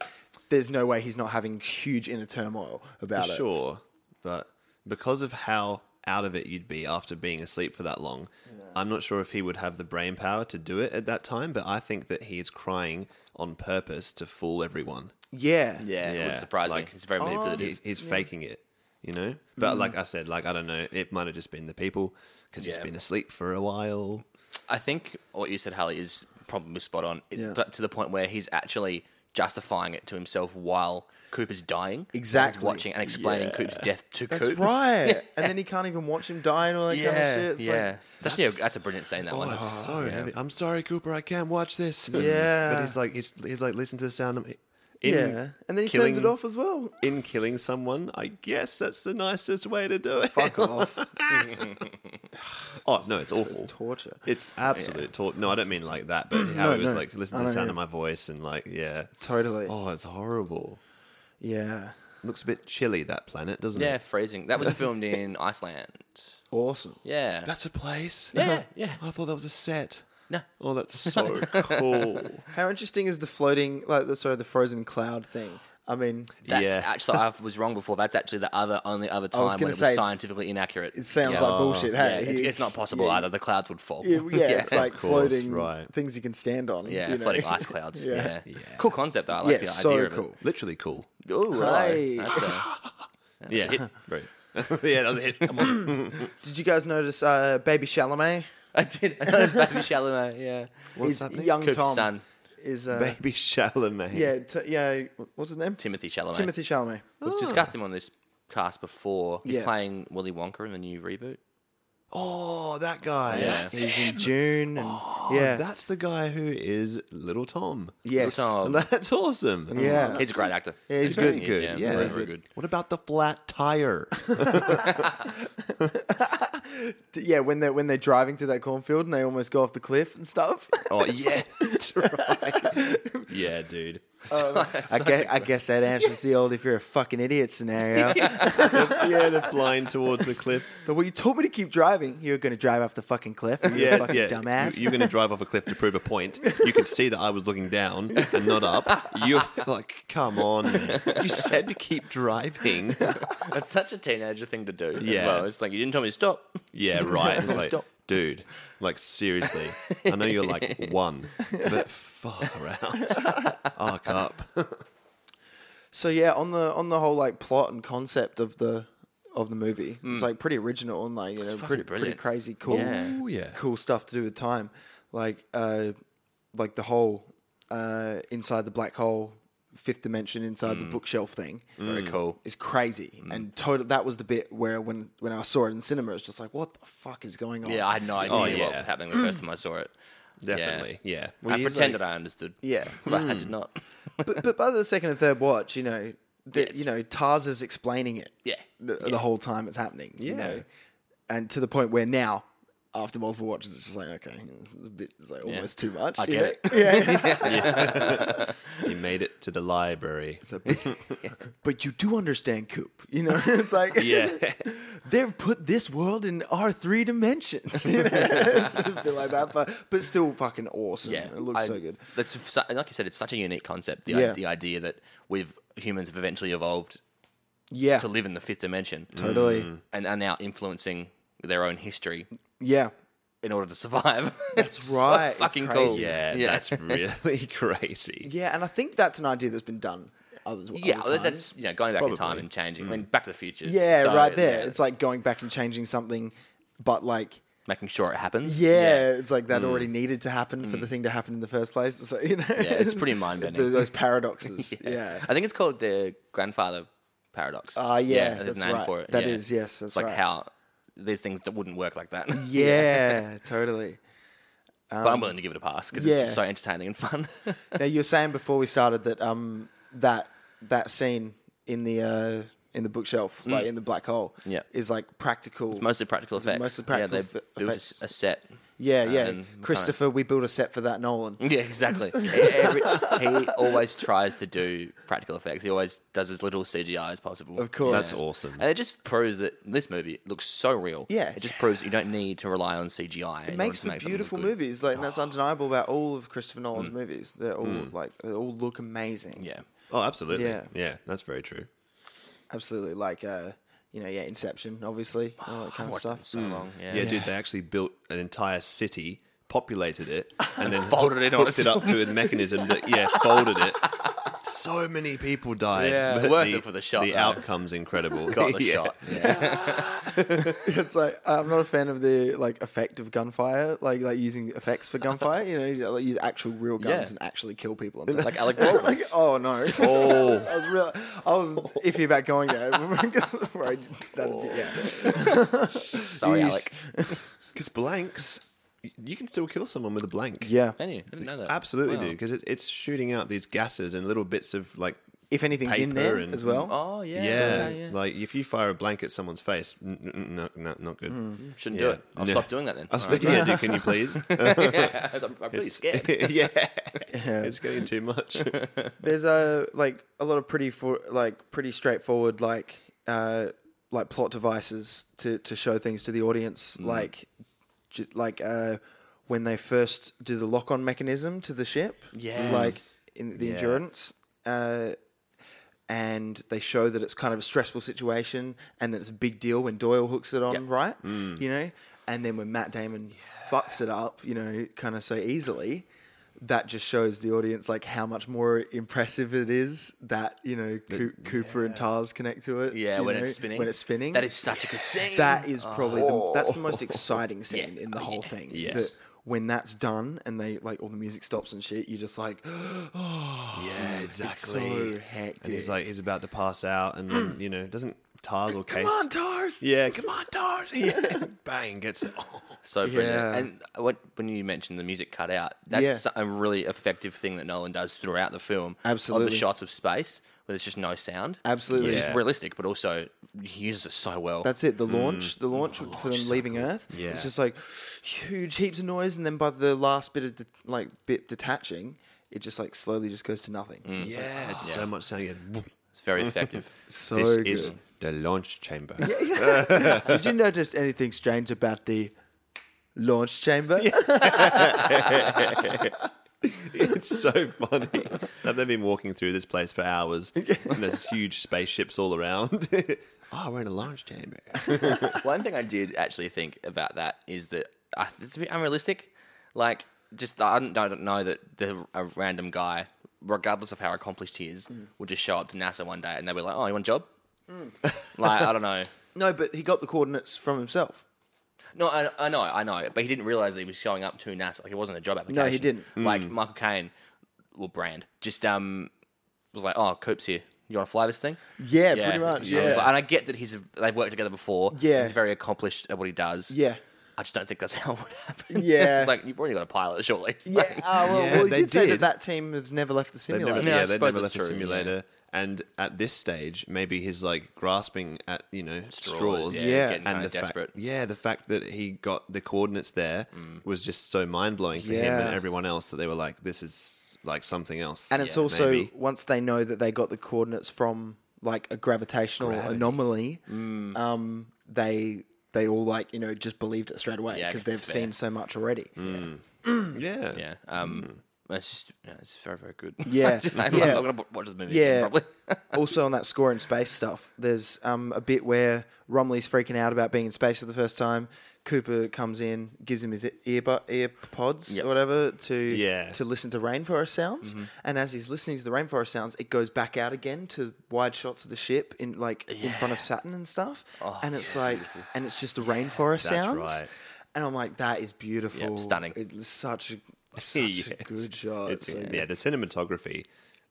A: there's no way he's not having huge inner turmoil about it.
B: Sure, but because of how out of it you'd be after being asleep for that long, I'm not sure if he would have the brain power to do it at that time. But I think that he is crying on purpose to fool everyone.
A: Yeah, Oh,
C: Yeah, it
B: Yeah,
C: would surprise
B: like-
C: me. It's very
B: He,
C: manipulative.
B: he's faking it, you know.
A: Mm.
B: But like I said, like I don't know, it might have just been the people because he's
C: Yeah.
B: been asleep for a while.
C: I think what you said, Harley, is probably spot on. It-
A: Yeah.
C: but To the point where he's actually justifying it to himself while Cooper's dying. and he's
A: Exactly.
C: watching and explaining Cooper's death to
A: that's
C: Coop.
A: right. And then he can't even watch him die and all that
C: Yeah,
A: kind of shit. It's
C: yeah.
A: like,
C: that's, actually a- that's a brilliant scene. That one.
B: Oh, it's so heavy. I'm sorry, Cooper. I can't watch this.
A: Yeah.
B: but he's like, he's, he's like, listen to the sound. Of, in
A: yeah. And then he
B: killing,
A: turns it off as well.
B: In killing someone, I guess that's the nicest way to do it.
A: Fuck off.
B: Oh no, it's awful.
A: It's torture.
B: It's absolute torture. No, I don't mean like that, but how it was
A: no.
B: like, listen
A: I
B: to the
A: know,
B: sound
A: yeah.
B: of my voice and like, yeah.
A: Totally.
B: Oh, it's horrible.
A: Yeah.
B: Looks a bit chilly that planet, doesn't
C: Yeah,
B: it?
C: freezing. That was filmed in Iceland.
A: Awesome.
C: Yeah.
B: That's a place.
C: yeah, yeah.
B: I thought that was a set.
C: No.
B: Oh, that's so cool.
A: How interesting is the floating, like the sort of the frozen cloud thing? I mean,
C: That's
B: Yeah.
C: actually I was wrong before. That's actually the other only other time
A: was
C: when it
A: gonna
C: was
A: say,
C: scientifically inaccurate.
A: it sounds
C: yeah.
A: like bullshit.
C: Yeah,
A: Hey,
C: it's,
A: You-
C: it's not possible
A: yeah,
C: either. The clouds would fall.
A: you- yeah, it's like
B: course,
A: floating
B: right.
A: things you can stand on.
C: Yeah,
A: you know.
C: floating ice clouds.
A: Yeah.
C: yeah. cool concept. though. I
A: Yeah,
C: like the
A: so
C: idea
A: cool.
C: of it.
B: Literally cool.
C: Oh,
A: Hi.
C: That's a,
B: Yeah. Right. yeah, that was it. Come on.
A: Did you guys notice uh, Baby Chalamet?
C: I did. That's Baby Chalamet. Yeah,
A: What's
B: happening?
A: young
C: Cook's
A: Tom
C: son,
A: is uh,
B: Baby Chalamet.
A: yeah, t- yeah. What's his name?
C: Timothy Chalamet.
A: Timothy Chalamet.
C: We've discussed him on this cast before. He's
A: Yeah.
C: playing Willy Wonka in the new reboot.
B: Oh, that guy.
C: Yeah.
B: That's
A: He's
B: him.
A: in June. And, yeah,
B: That's the guy who is Little Tom.
A: yes.
C: Tom.
B: That's awesome.
A: Yeah.
C: He's a great actor.
A: Yeah, he's
B: Very
A: good.
B: good.
C: Yeah,
B: Yeah,
C: very, very good.
B: What about the flat tire?
A: D- Yeah, when they're when they're driving through that cornfield and they almost go off the cliff and stuff.
B: oh yeah, that's right. yeah, dude.
A: I guess I guess that answers the old "if you're a fucking idiot" scenario.
B: yeah, they're flying towards the cliff.
A: So, well, you told me to keep driving. You're going to drive off the fucking cliff. You
B: Yeah,
A: fucking
B: yeah.
A: dumbass.
B: You, you're going to drive off a cliff to prove a point. You could see that I was looking down and not up. You're like, come on. You said to keep driving.
C: That's such a teenager thing to do.
B: Yeah.
C: as well. It's like you didn't tell me to stop.
B: Yeah, right. It's like,
C: Stop.
B: dude, like seriously, I know you're like one, but far out, arc up.
A: so yeah, on the on the whole like plot and concept of the of the movie, it's like pretty original and like you know pretty pretty
C: Hmm. brilliant.
A: crazy cool
C: Yeah.
B: Ooh, yeah.
A: cool stuff to do with time, like uh like the whole uh inside the black hole, fifth dimension inside the bookshelf thing.
C: Hmm. Very cool. Hmm.
A: Is crazy and total. That was the bit where when when I saw it in cinema, it's just like, what the fuck is going on?
C: Yeah, I had no idea what
B: yeah.
C: was happening the first time I saw it.
B: Definitely, yeah. Well,
C: I
B: he's
C: pretended I understood.
A: yeah. Hmm.
C: But I did not.
A: but, but by the second and third watch, you know, the,
C: Yeah, it's-
A: you know, Tars is explaining it
C: Yeah.
A: the, the whole time it's happening. You
B: Yeah.
A: know? and to the point where now after multiple watches, it's just like okay, it's a bit, it's like almost too much.
C: I
A: you
C: get
A: know? Yeah,
B: You made it to the library.
A: It's a bit- but you do understand Coop, you know? It's like
B: Yeah.
A: they've put this world in our three dimensions. You know? it's a bit like that, but but still fucking awesome.
C: Yeah,
A: it looks
C: I-
A: so good.
C: That's su- like you said, it's such a unique concept. The,
A: Yeah.
C: I- the idea that we've humans have eventually evolved
A: Yeah,
C: to live in the fifth dimension
A: Mm. totally.
C: and are now influencing their own history
A: Yeah,
C: in order to survive. That's
A: right, it's
C: fucking cool.
A: crazy.
B: Yeah, that's really crazy.
A: yeah, and I think that's an idea that's been done. Others,
C: Yeah,
A: other
C: well, that's
A: times.
C: you know going back in time
B: Probably.
C: and changing. I mean, Back to the Future.
A: Mm. yeah,
C: So,
A: right there.
C: yeah,
A: It's like going back and changing something, but like.
C: making sure it happens.
A: Yeah, it's like
C: Mm.
A: that already needed to happen for the thing to happen in the first place. So you know,
C: Yeah, it's pretty mind-bending.
A: th- Those paradoxes. yeah.
C: I think it's called the grandfather paradox.
A: Ah, yeah,
C: there's
A: that's
C: a name
A: right.
C: for it.
A: That
C: yeah.
A: is, yes, that's
C: it's like
A: right.
C: how these things that wouldn't work like that.
A: yeah, totally.
C: but I'm willing to give it a pass because
A: yeah.
C: it's just so entertaining and fun.
A: Now you were saying before we started that um that that scene in the uh in the bookshelf, like in the black hole,
C: Mm. Yeah.
A: is like practical.
C: mostly practical
A: it
C: effects.
A: mostly
C: yeah,
A: practical
C: they
A: f-
C: built a
A: effects?
C: s- a set.
A: yeah, yeah.
C: and kinda-
A: Christopher, we built a set for that Nolan.
C: Yeah, exactly. E-, Every- he always tries to do practical effects. He always does as little CGI as possible.
A: Of course.
B: That's
A: Yeah.
B: awesome.
C: And it just proves that this movie looks so real.
A: Yeah.
C: It just proves you don't need to rely on CGI.
A: It makes for beautiful movies, like and that's undeniable about all of Christopher Nolan's movies. They're all like they all look amazing.
C: Yeah.
B: Oh, absolutely.
A: Yeah.
B: Yeah. that's very true.
A: absolutely. Like uh, you know, yeah, Inception, obviously, all that kind of stuff.
C: So long. Yeah.
B: Mm. Yeah, dude, they actually built an entire city, populated it, and then
C: Folded it on
B: hooked it up to a mechanism that yeah, folded it. So many people died.
C: Yeah.
B: but
C: Worth it for the shot,
B: The
C: though.
B: outcome's incredible.
C: Got the
B: Yeah.
C: shot. Yeah.
A: it's like I'm not a fan of the like effect of gunfire, like like using effects for gunfire. You know, you, like use actual real guns
C: Yeah.
A: and actually kill people. And stuff.
C: Like Alec Baldwin.
A: Like, oh no! Oh, I was real. I was iffy about going there. right, that'd be, yeah.
C: Sorry, Alec.
B: Because blanks, y- you can still kill someone with a blank.
A: yeah.
C: Anyway, I didn't know that.
B: Absolutely,
C: Wow.
B: do because it, it's shooting out these gases and little bits of like,
A: If anything's in
B: Paper
A: there
B: and-
A: as well.
C: Oh, yeah.
B: yeah,
C: okay, yeah.
B: like if you fire a blank at someone's face, n- n- n- no, no, not good.
A: Mm.
C: Shouldn't Mm. do
B: Yeah.
C: it. I'll
B: No.
C: stop doing that then.
B: I was
C: All right.
B: thinking, yeah, dude, can you please?
C: yeah. I'm, I'm really scared.
B: yeah. it's getting too much.
A: Oh, There's a like a lot of pretty for like pretty straightforward like uh like plot devices to to show things to the audience like j- like uh when they first do the lock on mechanism to the ship
C: Yes.
A: like in the endurance uh and they show that it's kind of a stressful situation and that it's a big deal when Doyle hooks it on right
C: Mm.
A: you know and then when Matt Damon fucks it up you know kind of so easily that just shows the audience like how much more impressive it is that you know Coo- Cooper and Tars connect to it
C: Yeah,
A: you
C: when
A: know,
C: it's spinning.
A: when it's spinning
C: That is Oh. such a good scene.
A: that is probably the, that's the most exciting scene in the
C: Oh,
A: whole thing.
B: Yes.
A: That when that's done and they like all the music stops and shit, you're just like
B: Yeah, exactly.
A: it's so hectic.
B: And he's like, he's about to pass out, and
C: Mm.
B: then you know, doesn't Tars or Case?
A: Come on, Tars!
B: yeah, come on, Tars! Yeah, bang, gets it. Oh.
C: So brilliant.
A: Yeah.
C: And when, when you mentioned the music cut out, that's a really effective thing that Nolan does throughout the film. Of
A: Absolutely.
C: the shots of space where there's just no sound.
A: Absolutely.
C: Which
B: Yeah.
C: is realistic, but also he uses it so well.
A: That's it. The launch, Mm. the launch for them leaving Earth.
B: Yeah.
A: It's just like huge heaps of noise, and then by the last bit of de- like bit detaching, it just like slowly just goes to nothing.
B: Yeah, it's so much sound. Yeah.
C: it's very effective.
A: So
B: this
A: good.
B: is the launch chamber.
A: Did you notice anything strange about the launch chamber?
B: It's so funny. Like they've been walking through this place for hours, and there's huge spaceships all around. oh, we're in a launch chamber.
C: One thing I did actually think about that is that I, it's a bit unrealistic. Like, just I don't, I don't know that the, a random guy, regardless of how accomplished he is,
A: Mm.
C: will just show up to NASA one day and they'll be like, "Oh, you want a job?" like, I don't know.
A: no, but he got the coordinates from himself.
C: No, I, I know, I know, but he didn't realize that he was showing up to NASA. Like, it wasn't a job application.
A: No, he didn't.
C: Like Michael Caine, well, Brand just um was like, "Oh, Coop's here. You want to fly this thing?"
A: Yeah, pretty much.
C: So I was
A: Yeah.
C: like- and I get that he's they've worked together before.
A: Yeah.
C: he's very accomplished at what he does.
A: Yeah.
C: I just don't think that's how it would happen.
A: Yeah.
C: it's like you've already got a pilot, surely.
A: Yeah,
C: Like,
A: ah, well,
B: Yeah,
A: well, you
B: they
A: did, say that
B: did.
A: that team has never left the
B: They've never,
A: simulator.
C: Yeah, I
B: yeah, they've
C: suppose
B: never
C: that's
B: left the
C: true, yeah.
B: simulator. And at this stage, maybe he's like grasping at you know straws,
A: Yeah.
C: getting
B: and
C: kinda
B: the
C: desperate.
B: fact, yeah, the fact that he got the coordinates there was just so mind blowing for him
A: Yeah.
B: and everyone else that they were like, this is like something else.
A: And it's
C: Yeah,
A: also
B: maybe.
A: once they know that they got the coordinates from like a gravitational
B: Gravity.
A: anomaly,
C: Mm.
A: um, they they all like you know just believed it straight away
C: Yeah,
A: because
C: 'cause
A: they've
C: it's
A: seen
C: fair. Mm.
A: so much already.
B: yeah,
C: yeah, um, it's just yeah, it's very very good.
A: Yeah.
C: I'm,
A: Yeah.
C: I'm gonna watch this movie.
A: Yeah.
C: again, probably.
A: also on that score in space stuff, there's um, a bit where Romley's freaking out about being in space for the first time. Cooper comes in, gives him his earbud, earpods
C: Yep.
A: or whatever to
B: Yeah.
A: to listen to rainforest sounds. And as he's listening to the rainforest sounds, it goes back out again to wide shots of the ship in like in front of Saturn and stuff. and it's like, and it's just the rainforest
B: that's
A: sounds.
B: right.
A: And I'm like, that is beautiful,
C: stunning.
A: It's such a such
B: Yeah,
A: a
B: it's-
A: good shot.
B: It's, uh,
A: So-
B: yeah. the cinematography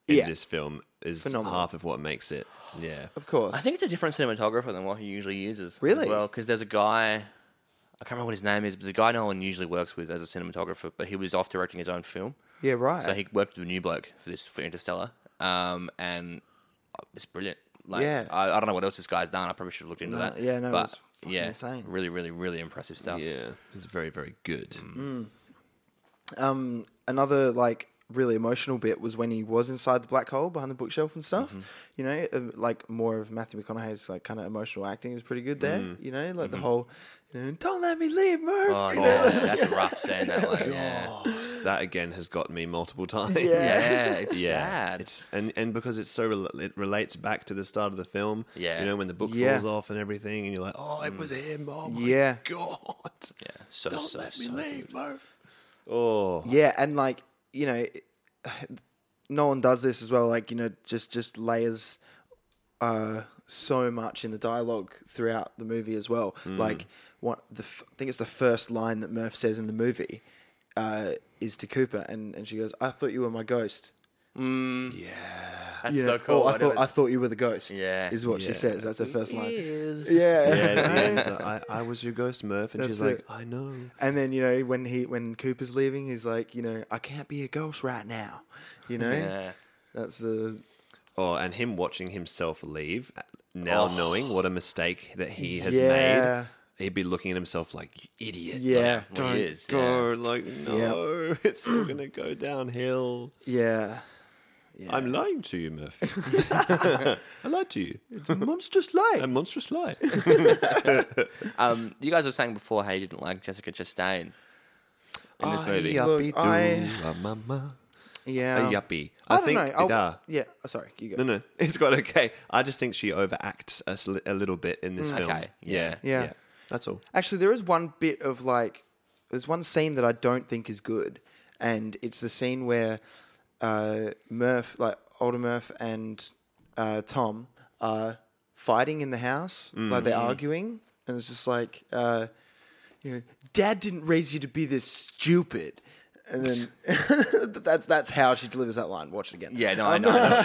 B: in
A: Yeah.
B: this film is
A: Phenomenal.
B: half of what makes it. Yeah,
A: Of course,
C: I think it's a different cinematographer than what he usually uses.
A: Really?
C: As well, because there's a guy. I can't remember what his name is, but the guy Nolan usually works with as a cinematographer, but he was off directing his own film.
A: yeah, right.
C: So he worked with a new bloke for this for Interstellar, um, and oh, it's brilliant. Like,
A: Yeah.
C: I, I don't know what else this guy's done. I probably should have looked into
A: No,
C: that.
A: yeah, no,
C: but
A: it's fucking
C: yeah,
A: insane.
C: really, really, really impressive stuff.
B: yeah, it's very very good.
A: Mm. um, another like really emotional bit was when he was inside the black hole behind the bookshelf and stuff. You know, uh, like more of Matthew McConaughey's like kind of emotional acting is pretty good there. You know, like the whole, you know, don't let me leave, Murph.
C: Oh,
A: you
C: yeah,
A: know?
C: that's a rough saying that one. Yeah,
B: That again has got me multiple times.
A: Oh. Yeah.
C: yeah, it's
B: Yeah,
C: sad.
B: it's and and because it's so rel- it relates back to the start of the film.
C: Yeah.
B: you know when the book
A: Yeah.
B: falls off and everything, and you're like, oh, it was him. Oh my
A: Yeah.
B: god.
C: yeah, so
B: Don't
C: so
B: let me
C: so
B: leave, Murph. Oh,
A: Yeah, and like you know, Nolan does this as well. Like you know, just just layers uh, so much in the dialogue throughout the movie as well.
C: Mm.
A: Like what the f- I think it's the first line that Murph says in the movie uh, is to Cooper, and and she goes, "I thought you were my ghost."
C: That's so cool.
A: Or, Oh, I
C: I never-
A: thought I thought you were the ghost.
C: Yeah.
A: is what she
B: Yeah.
A: says. That's her first line.
C: Is.
A: Yeah.
B: yeah. at the end, it's like, I, I was your ghost, Murph, and she's
A: That's
B: like,
A: it.
B: I know.
A: And then you know when he when Cooper's leaving, he's like, you know, I can't be a ghost right now. You know,
C: Yeah.
A: that's the
B: Oh, and him watching himself leave, uh, now
C: Oh.
B: knowing what a mistake that he has
A: Yeah.
B: made, he'd be looking at himself like, you idiot.
A: yeah.
C: Well, he is,
B: Go like no, it's all gonna go downhill. Uh,
A: Yeah.
B: I'm lying to you, Murphy. I lied to you.
A: It's a monstrous lie.
B: A monstrous lie.
C: Um, you guys were saying before how you didn't like Jessica Chastain.
B: In
C: this movie.
A: Look, I-
B: mama.
A: yeah.
B: A yuppie.
A: Um, I,
B: I,
A: don't
B: think
A: know. I'll-
B: Ida-
A: yeah. oh, Sorry, you go.
B: No, no, it's quite okay. I just think she overacts a, sli- a little bit in this film.
C: Okay, yeah.
A: Mm. Yeah.
B: That's all.
A: Actually, there is one bit of like, there's one scene that I don't think is good, and it's the scene where uh, Murph, like older Murph and uh, Tom, are fighting in the house, like they're
B: Mm-hmm.
A: arguing, and it's just like, uh, you know, Dad didn't raise you to be this stupid. And then that's that's how she delivers that line. Watch it again.
C: Yeah, no, I know. I, know,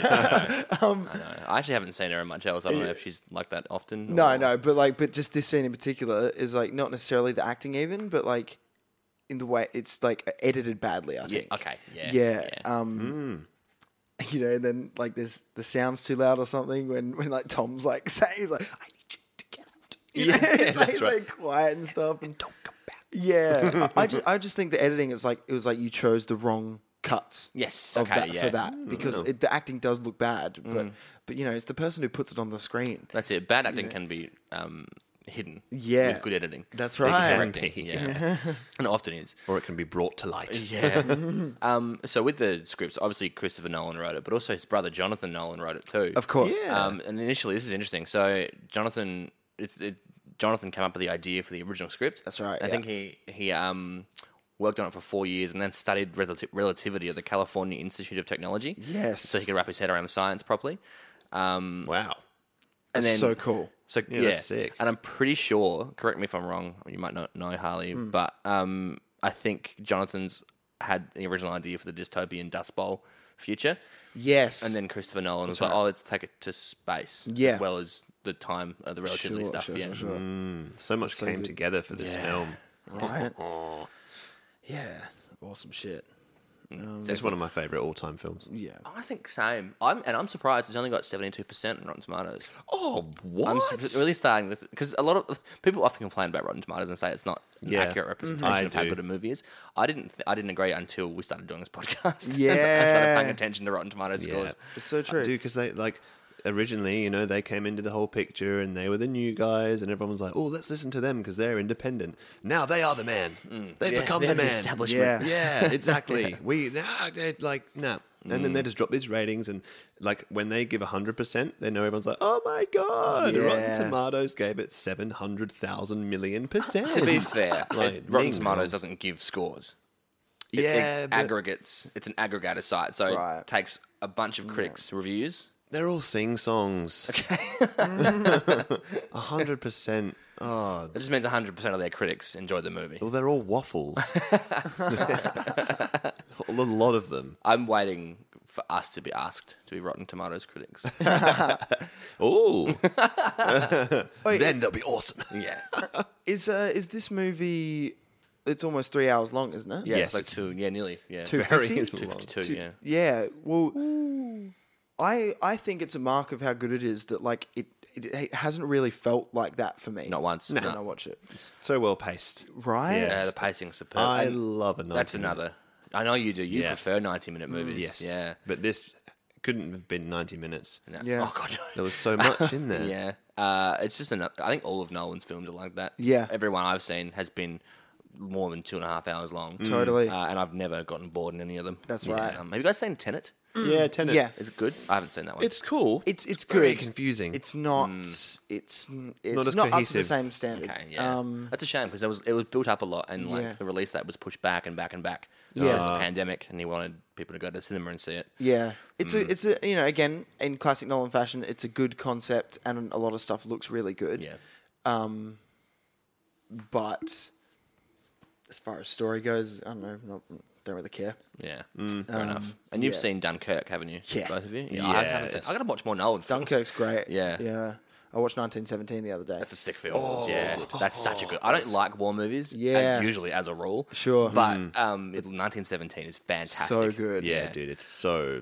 C: I, know.
A: um,
C: I know. I actually haven't seen her in much else. I don't know if she's like that often.
A: No,
C: or-
A: no, but like, but just this scene in particular is like not necessarily the acting, even, but like in the way it's like edited badly. I
C: Yeah,
A: think.
C: okay. Yeah.
A: Yeah. Um.
B: Hmm.
A: You know, and then like there's the sounds too loud or something when when like Tom's like saying he's like I need you to get out. You know,
B: Yeah,
A: it's like,
B: that's
A: it's,
B: right.
A: like quiet and stuff.
B: And don't come back.
A: Yeah, I, I just I just think the editing is like it was like you chose the wrong cuts.
C: Yes,
A: Of
C: okay,
A: that,
C: yeah. Hmm.
A: For that, because
B: Hmm.
A: it, the acting does look bad, but but you know it's the person who puts it on the screen.
C: That's it. Bad acting can be um, hidden.
A: Yeah.
C: With good editing.
A: That's
B: can
A: right.
B: be.
C: Correcting, Yeah. and it often is.
B: Or it can be brought to light.
C: Yeah. um, so with the scripts, obviously Christopher Nolan wrote it, but also his brother Jonathan Nolan wrote it too.
A: Of course.
B: Yeah.
C: Um, and initially, this is interesting. So Jonathan, it, it, Jonathan came up with the idea for the original script.
A: That's right,
C: I
A: yeah.
C: think he he um, worked on it for four years and then studied relati- relativity at the California Institute of Technology.
A: Yes.
C: So he could wrap his head around science properly. Um,
B: Wow.
C: and then
A: That's so cool.
C: so yeah,
B: Yeah, that's sick.
C: and I'm pretty sure. Correct me if I'm wrong. You might not know Harley,
A: Hmm.
C: but um, I think Jonathan's had the original idea for the dystopian Dust Bowl future,
A: Yes.
C: and then Christopher Nolan was like, "Oh, let's take it to space,
A: Yeah.
C: as well as the time, uh, the relativity
A: Sure,
C: stuff."
A: sure,
C: yeah, Mm.
A: sure, sure.
B: So much came together for this film.
A: right? yeah, awesome shit.
B: It's one of my favorite all-time films.
A: Yeah,
C: I think same. I'm and I'm surprised it's only got seventy two percent on Rotten Tomatoes.
B: Oh, what?
C: I'm s- really starting with because a lot of people often complain about Rotten Tomatoes and say it's not an
B: Yeah.
C: accurate representation
B: I
C: of how
B: do.
C: good a movie is. I didn't. Th- I didn't agree until we started doing this podcast. I started
A: Yeah.
C: paying attention to Rotten Tomatoes scores.
A: it's so true.
B: Dude, because they like originally, you know, they came into the whole picture and they were the new guys, and everyone was like, "Oh, let's listen to them because they're independent. Now they are the man. They've
C: Yeah,
B: become
C: they're
B: the
C: the
B: man.
A: Yeah.
C: establishment.
B: yeah, exactly. We nah, they're like nah." And then they just drop these ratings, and like when they give hundred percent, they know everyone's like, "Oh my god,
A: Yeah.
B: Rotten Tomatoes gave it seven hundred thousand million percent."
C: To be fair, it-
B: Like,
C: Rotten
B: Ning,
C: Tomatoes doesn't give scores. It,
B: yeah,
C: it
B: but
C: aggregates. It's an aggregator site, so it
A: Right.
C: takes a bunch of critics' reviews.
B: they're all sing songs. hundred percent. Oh,
C: It just means hundred percent of their critics enjoyed the movie.
B: Well, they're all waffles. a lot of them.
C: I'm waiting for us to be asked to be Rotten Tomatoes critics.
B: Oh,
A: Wait.
B: then they'll be awesome.
C: yeah.
A: Is uh, is this movie? It's almost three hours long, isn't it?
C: Yeah,
B: Yes,
C: it's like
B: it's-
C: two, yeah, nearly, yeah,
A: Two
B: Very
A: fifty?
B: long.
C: 52,
A: Two-
C: yeah.
A: Yeah. Well, I I think it's a mark of how good it is that like it it, it hasn't really felt like that for me.
C: Not once,
A: when
C: no.
A: I watch it.
B: So well paced.
A: Right.
C: Yeah, the pacing's superb.
B: I
C: And
B: love another.
C: that's another. I know you do. You
B: Yeah.
C: prefer 90
A: Mm.
C: minute movies.
B: Yes.
C: Yeah.
B: But this couldn't have been 90 minutes.
C: No.
A: Yeah.
C: Oh, God.
B: There was so much in there.
C: yeah. Uh, it's just another. I think all of Nolan's films are like that.
A: Yeah.
C: Everyone I've seen has been more than two and a half hours long.
A: Mm. Totally.
C: Uh, and I've never gotten bored in any of them.
A: That's right.
C: Um, have you guys seen Tenet?
B: Yeah, Tenet.
A: Yeah.
C: Is it good? I haven't seen that one.
B: It's cool.
A: It's it's
B: very
A: good.
B: confusing.
A: It's not. It's it's
B: Mm. Not
A: not,
B: as
A: up to the
B: cohesive.
A: same standard. Um,
C: Okay, yeah. That's a shame because it was it was built up a lot, and like
A: Yeah.
C: the release date was pushed back and back and back.
A: Yeah.
C: because of the pandemic, and he wanted people to go to the cinema and see it.
A: Yeah, it's
C: Mm.
A: a it's a you know again in classic Nolan fashion, it's a good concept and a lot of stuff looks really good.
C: Yeah.
A: but as far as story goes, I don't know, not, don't really care.
C: Yeah, fair enough. And you've
A: Um, yeah.
C: seen Dunkirk, haven't you?
A: Yeah.
C: both of you. Yeah,
B: Yeah,
C: I haven't seen.
B: it's-
C: I gotta watch more Nolan. films.
A: Dunkirk's great.
C: Yeah.
A: yeah. I watched 1917 the other day.
C: That's a sick film. yeah, that's such a good. I don't like war movies.
A: Oh. Yeah.
C: as usually as a rule.
A: Sure.
C: but um, it- 1917 is fantastic.
A: so good.
B: yeah,
C: yeah. Mm.
B: dude. It's so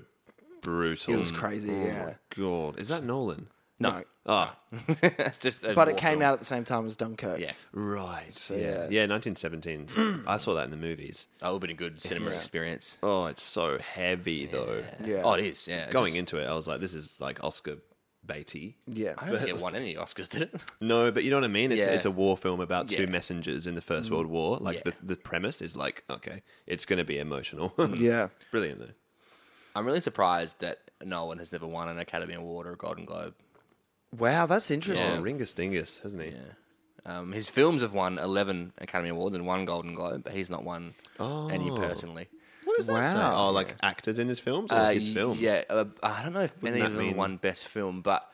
B: brutal.
A: it was crazy. yeah,
B: God. Is that Nolan?
C: No,
A: No.
B: Ah,
C: just a
A: but it
C: war
A: came
C: film.
A: out at the same time as Dunkirk.
C: Yeah,
B: right.
A: yeah.
B: Yeah, 1917. I saw that in the movies.
C: that would have been a good cinema experience.
B: Oh, it's so heavy though.
A: yeah,
C: Oh, it is. Yeah, It's
B: Going
C: just-
B: into it, I was like, this is like Oscar baity.
A: yeah.
C: I don't think it won any Oscars, did it?
B: No, but you know what I mean? It's,
C: Yeah.
B: it's a war film about two
C: Yeah.
B: messengers in the First World War. Like
C: Yeah.
B: the, the premise is like, okay, it's going to be emotional.
A: yeah.
B: Brilliant though.
C: I'm really surprised that Nolan has never won an Academy Award or a Golden Globe.
A: Wow, that's
B: Just
A: interesting.
B: a ringus dingus, hasn't he?
C: Um, his films have won 11 Academy Awards and one Golden Globe, but he's not won any personally.
B: What does that say?
A: Wow.
B: Oh, like actors in his films or
C: Uh,
B: his films?
C: Yeah, uh, I don't know if any
B: that
C: of them have
B: mean-
C: won Best Film, but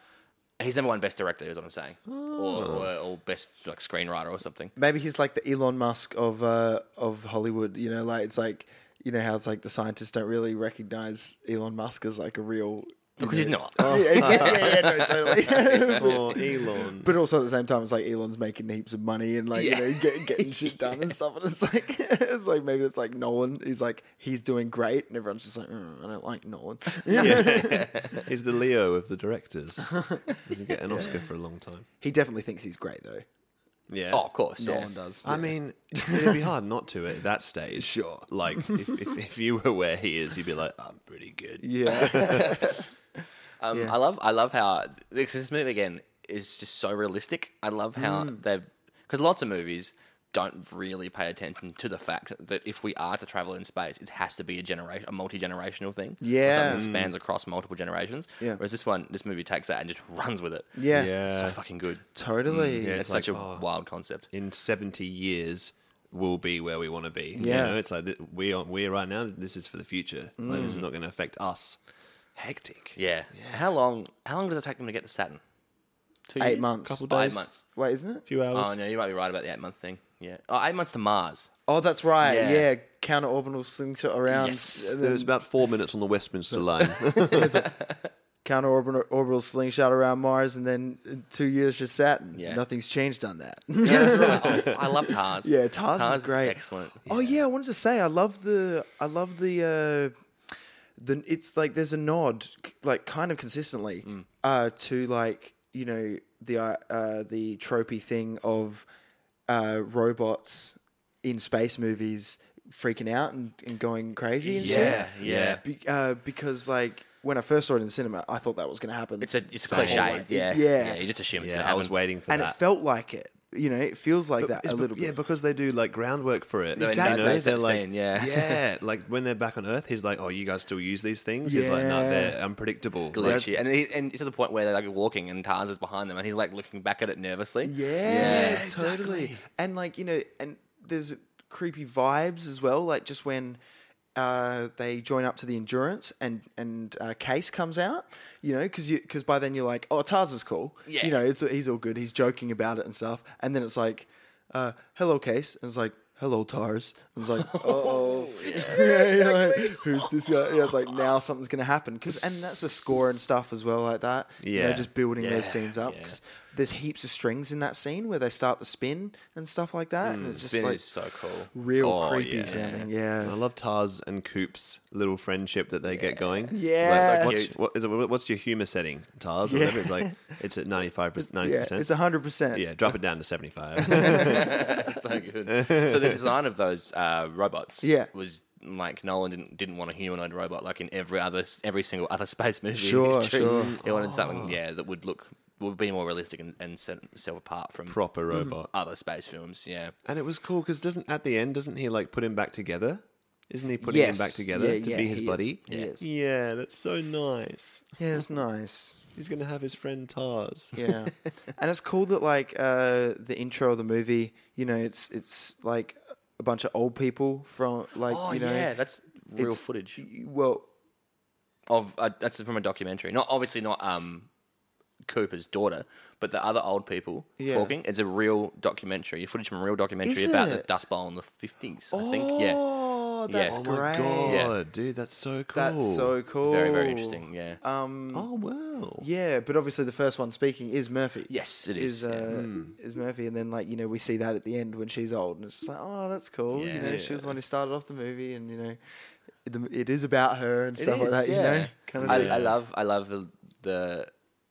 C: he's never won Best Director, is what I'm saying, or,
B: Oh.
C: or or Best like Screenwriter or something.
A: Maybe he's like the Elon Musk of uh, of Hollywood. You know, like it's like you know how it's like the scientists don't really recognize Elon Musk as like a real.
C: Because he's not.
A: yeah, yeah, yeah, no, totally.
B: Oh, Elon.
A: But also at the same time, it's like Elon's making heaps of money and like
C: Yeah.
A: you know get, getting shit done and stuff, and it's like it's like maybe it's like Nolan. He's like he's doing great, and everyone's just like mm, I don't like Nolan.
B: He's the Leo of the directors. Doesn't get an Oscar for a long time.
A: he definitely thinks he's great though.
B: Yeah.
C: Oh, of course. yeah.
A: Nolan does.
B: I mean, it'd be hard not to at that stage.
A: Sure.
B: Like, if, if, if you were where he is, you'd be like, I'm pretty good.
A: yeah,
C: Um,
A: Yeah.
C: I love I love how because this movie again is just so realistic. I love how
A: Mm.
C: they've because lots of movies don't really pay attention to the fact that if we are to travel in space, it has to be a generation, a multi generational thing. or
A: Yeah.
B: Mm.
C: something that spans across multiple generations.
A: Yeah.
C: Whereas this one, this movie takes that and just runs with it.
A: yeah,
C: It's so
B: Yeah.
C: fucking good.
A: totally.
B: Yeah.
C: It's,
B: it's
C: such
B: like,
C: a
B: oh.
C: wild concept.
B: in 70 years we'll be where we want to be
A: Yeah.
B: you know it's like th- we are we are right now this is for the future like, this is not going to affect us hectic
C: Mm. Yeah. How long? How long does it take them to get to Saturn? Two
A: Eight
C: years?
A: months.
B: Couple
C: Oh, eight
B: days.
C: months.
A: Wait, isn't it?
B: few hours
C: Oh no, you might be right about the eight month thing. Yeah. Oh, eight months to Mars.
A: Oh, that's right.
C: Yeah.
A: Yeah, counter orbital slingshot around.
C: Yes.
A: and
B: there was about four minutes on the westminster line
A: counter orbital slingshot around Mars, and then in two years just Saturn.
C: Yeah.
A: Nothing's changed on that.
C: Yeah, that's right. Oh, I love Tars.
A: yeah, Tars,
C: Tars
A: is great.
C: excellent.
A: Oh yeah, I wanted to say I love the I love the uh the it's like there's a nod c- like kind of consistently
C: Mm.
A: uh to like you know the uh, uh the tropey thing of uh robots in space movies freaking out and, and going crazy and
B: Yeah,
A: shit.
B: yeah.
A: Be, uh, because like when I first saw it in the cinema, I thought that was going to happen.
C: It's a it's a cliche.
A: like-
C: Yeah.
A: yeah.
C: You just assume it's
B: Yeah,
C: gonna
B: I
C: happen.
B: was waiting for
A: and
B: that.
A: it felt like it. You know, it feels like that
B: It's
A: a
B: be-
A: little
B: Yeah,
A: bit.
B: because they do like groundwork for it.
A: Exactly.
B: You know,
C: That's
B: they're
C: that
B: like,
C: scene, yeah.
B: yeah, like when they're back on Earth, he's like, "Oh, you guys still use these things?" He's like, "No,
A: Yeah.
B: they're unpredictable." Like,
C: glitchy, and he, and to the point where they're like walking, and Tars is behind them, and he's like looking back at it nervously.
A: Yeah,
B: Yeah,
A: totally.
B: exactly.
A: And like you know, and there's creepy vibes as well. Like just when uh, they join up to the endurance, and and uh, Case comes out, you know, because you because by then you're like, oh, Tars is cool.
C: Yeah.
A: you know, it's he's all good. He's joking about it and stuff. And then it's like, uh, hello, Case, and it's like. Hello, Tars. And It's like, oh, who's this guy? Yeah, it's like now something's gonna happen because, and that's the score and stuff as well, like that. you know,
B: Yeah.
A: just building those
C: Yeah,
A: scenes up.
C: yeah.
A: 'cause there's heaps of strings in that scene where they start the spin and stuff like that.
B: Mm,
A: and it's just
C: Spin
A: like
C: is so cool.
A: real
B: Oh,
A: creepy
B: yeah.
A: sounding.
B: I
A: Yeah.
B: love Tars and Coop's little friendship that they get going.
A: Yeah.
B: Like,
C: So
B: what's,
C: cute.
B: what is it, what's your humor setting, Tars? Or
A: Yeah.
B: whatever. It's like it's at ninety five percent. Ninety
A: Yeah. It's
B: percent.
A: hundred percent.
B: Yeah, drop it down to seventy five.
C: so good. So the design of those uh, robots,
A: Yeah.
C: was like Nolan didn't didn't want a humanoid robot like in every other every single other space movie. in
A: Sure,
C: history.
A: sure. Oh.
C: He wanted something, yeah, that would look would be more realistic and, and set itself apart from
B: Proper robot.
C: other space films. Yeah,
B: And it was cool because doesn't at the end doesn't he like put him back together? Isn't he putting him back
A: Yes.
B: together
A: Yeah,
B: to
A: yeah,
B: be his
A: he is.
B: buddy?
A: He is.
B: Yeah, that's so nice.
A: Yeah, it's nice.
B: He's gonna have his friend Tars.
A: Yeah. and it's cool that like uh the intro of the movie, you know, it's it's like a bunch of old people from like
C: oh
A: you know
C: yeah, that's real
A: it's-
C: footage
A: well
C: of uh, that's from a documentary. Not obviously not um. Cooper's daughter, but the other old people
A: Yeah.
C: talking. It's a real documentary, footage from a real documentary
A: Is
C: about the
A: it?
C: Dust Bowl in the fifties. I think, yeah,
A: Oh,
C: Yeah.
A: that's
B: Oh my
A: great.
B: god,
C: Yeah.
B: dude, that's so cool.
A: That's so cool.
C: very very interesting. Yeah,
B: Oh wow.
A: Yeah, but obviously the first one speaking is Murphy.
C: Yes, it
A: Is
C: is,
A: uh,
C: yeah.
A: is Murphy, and then like you know we see that at the end when she's old, and it's just like oh that's cool. You know, she was the one who started off the movie, and you know the- it is about her and stuff like that. You know, kind of
C: I,
A: thing.
C: I love, I love the, the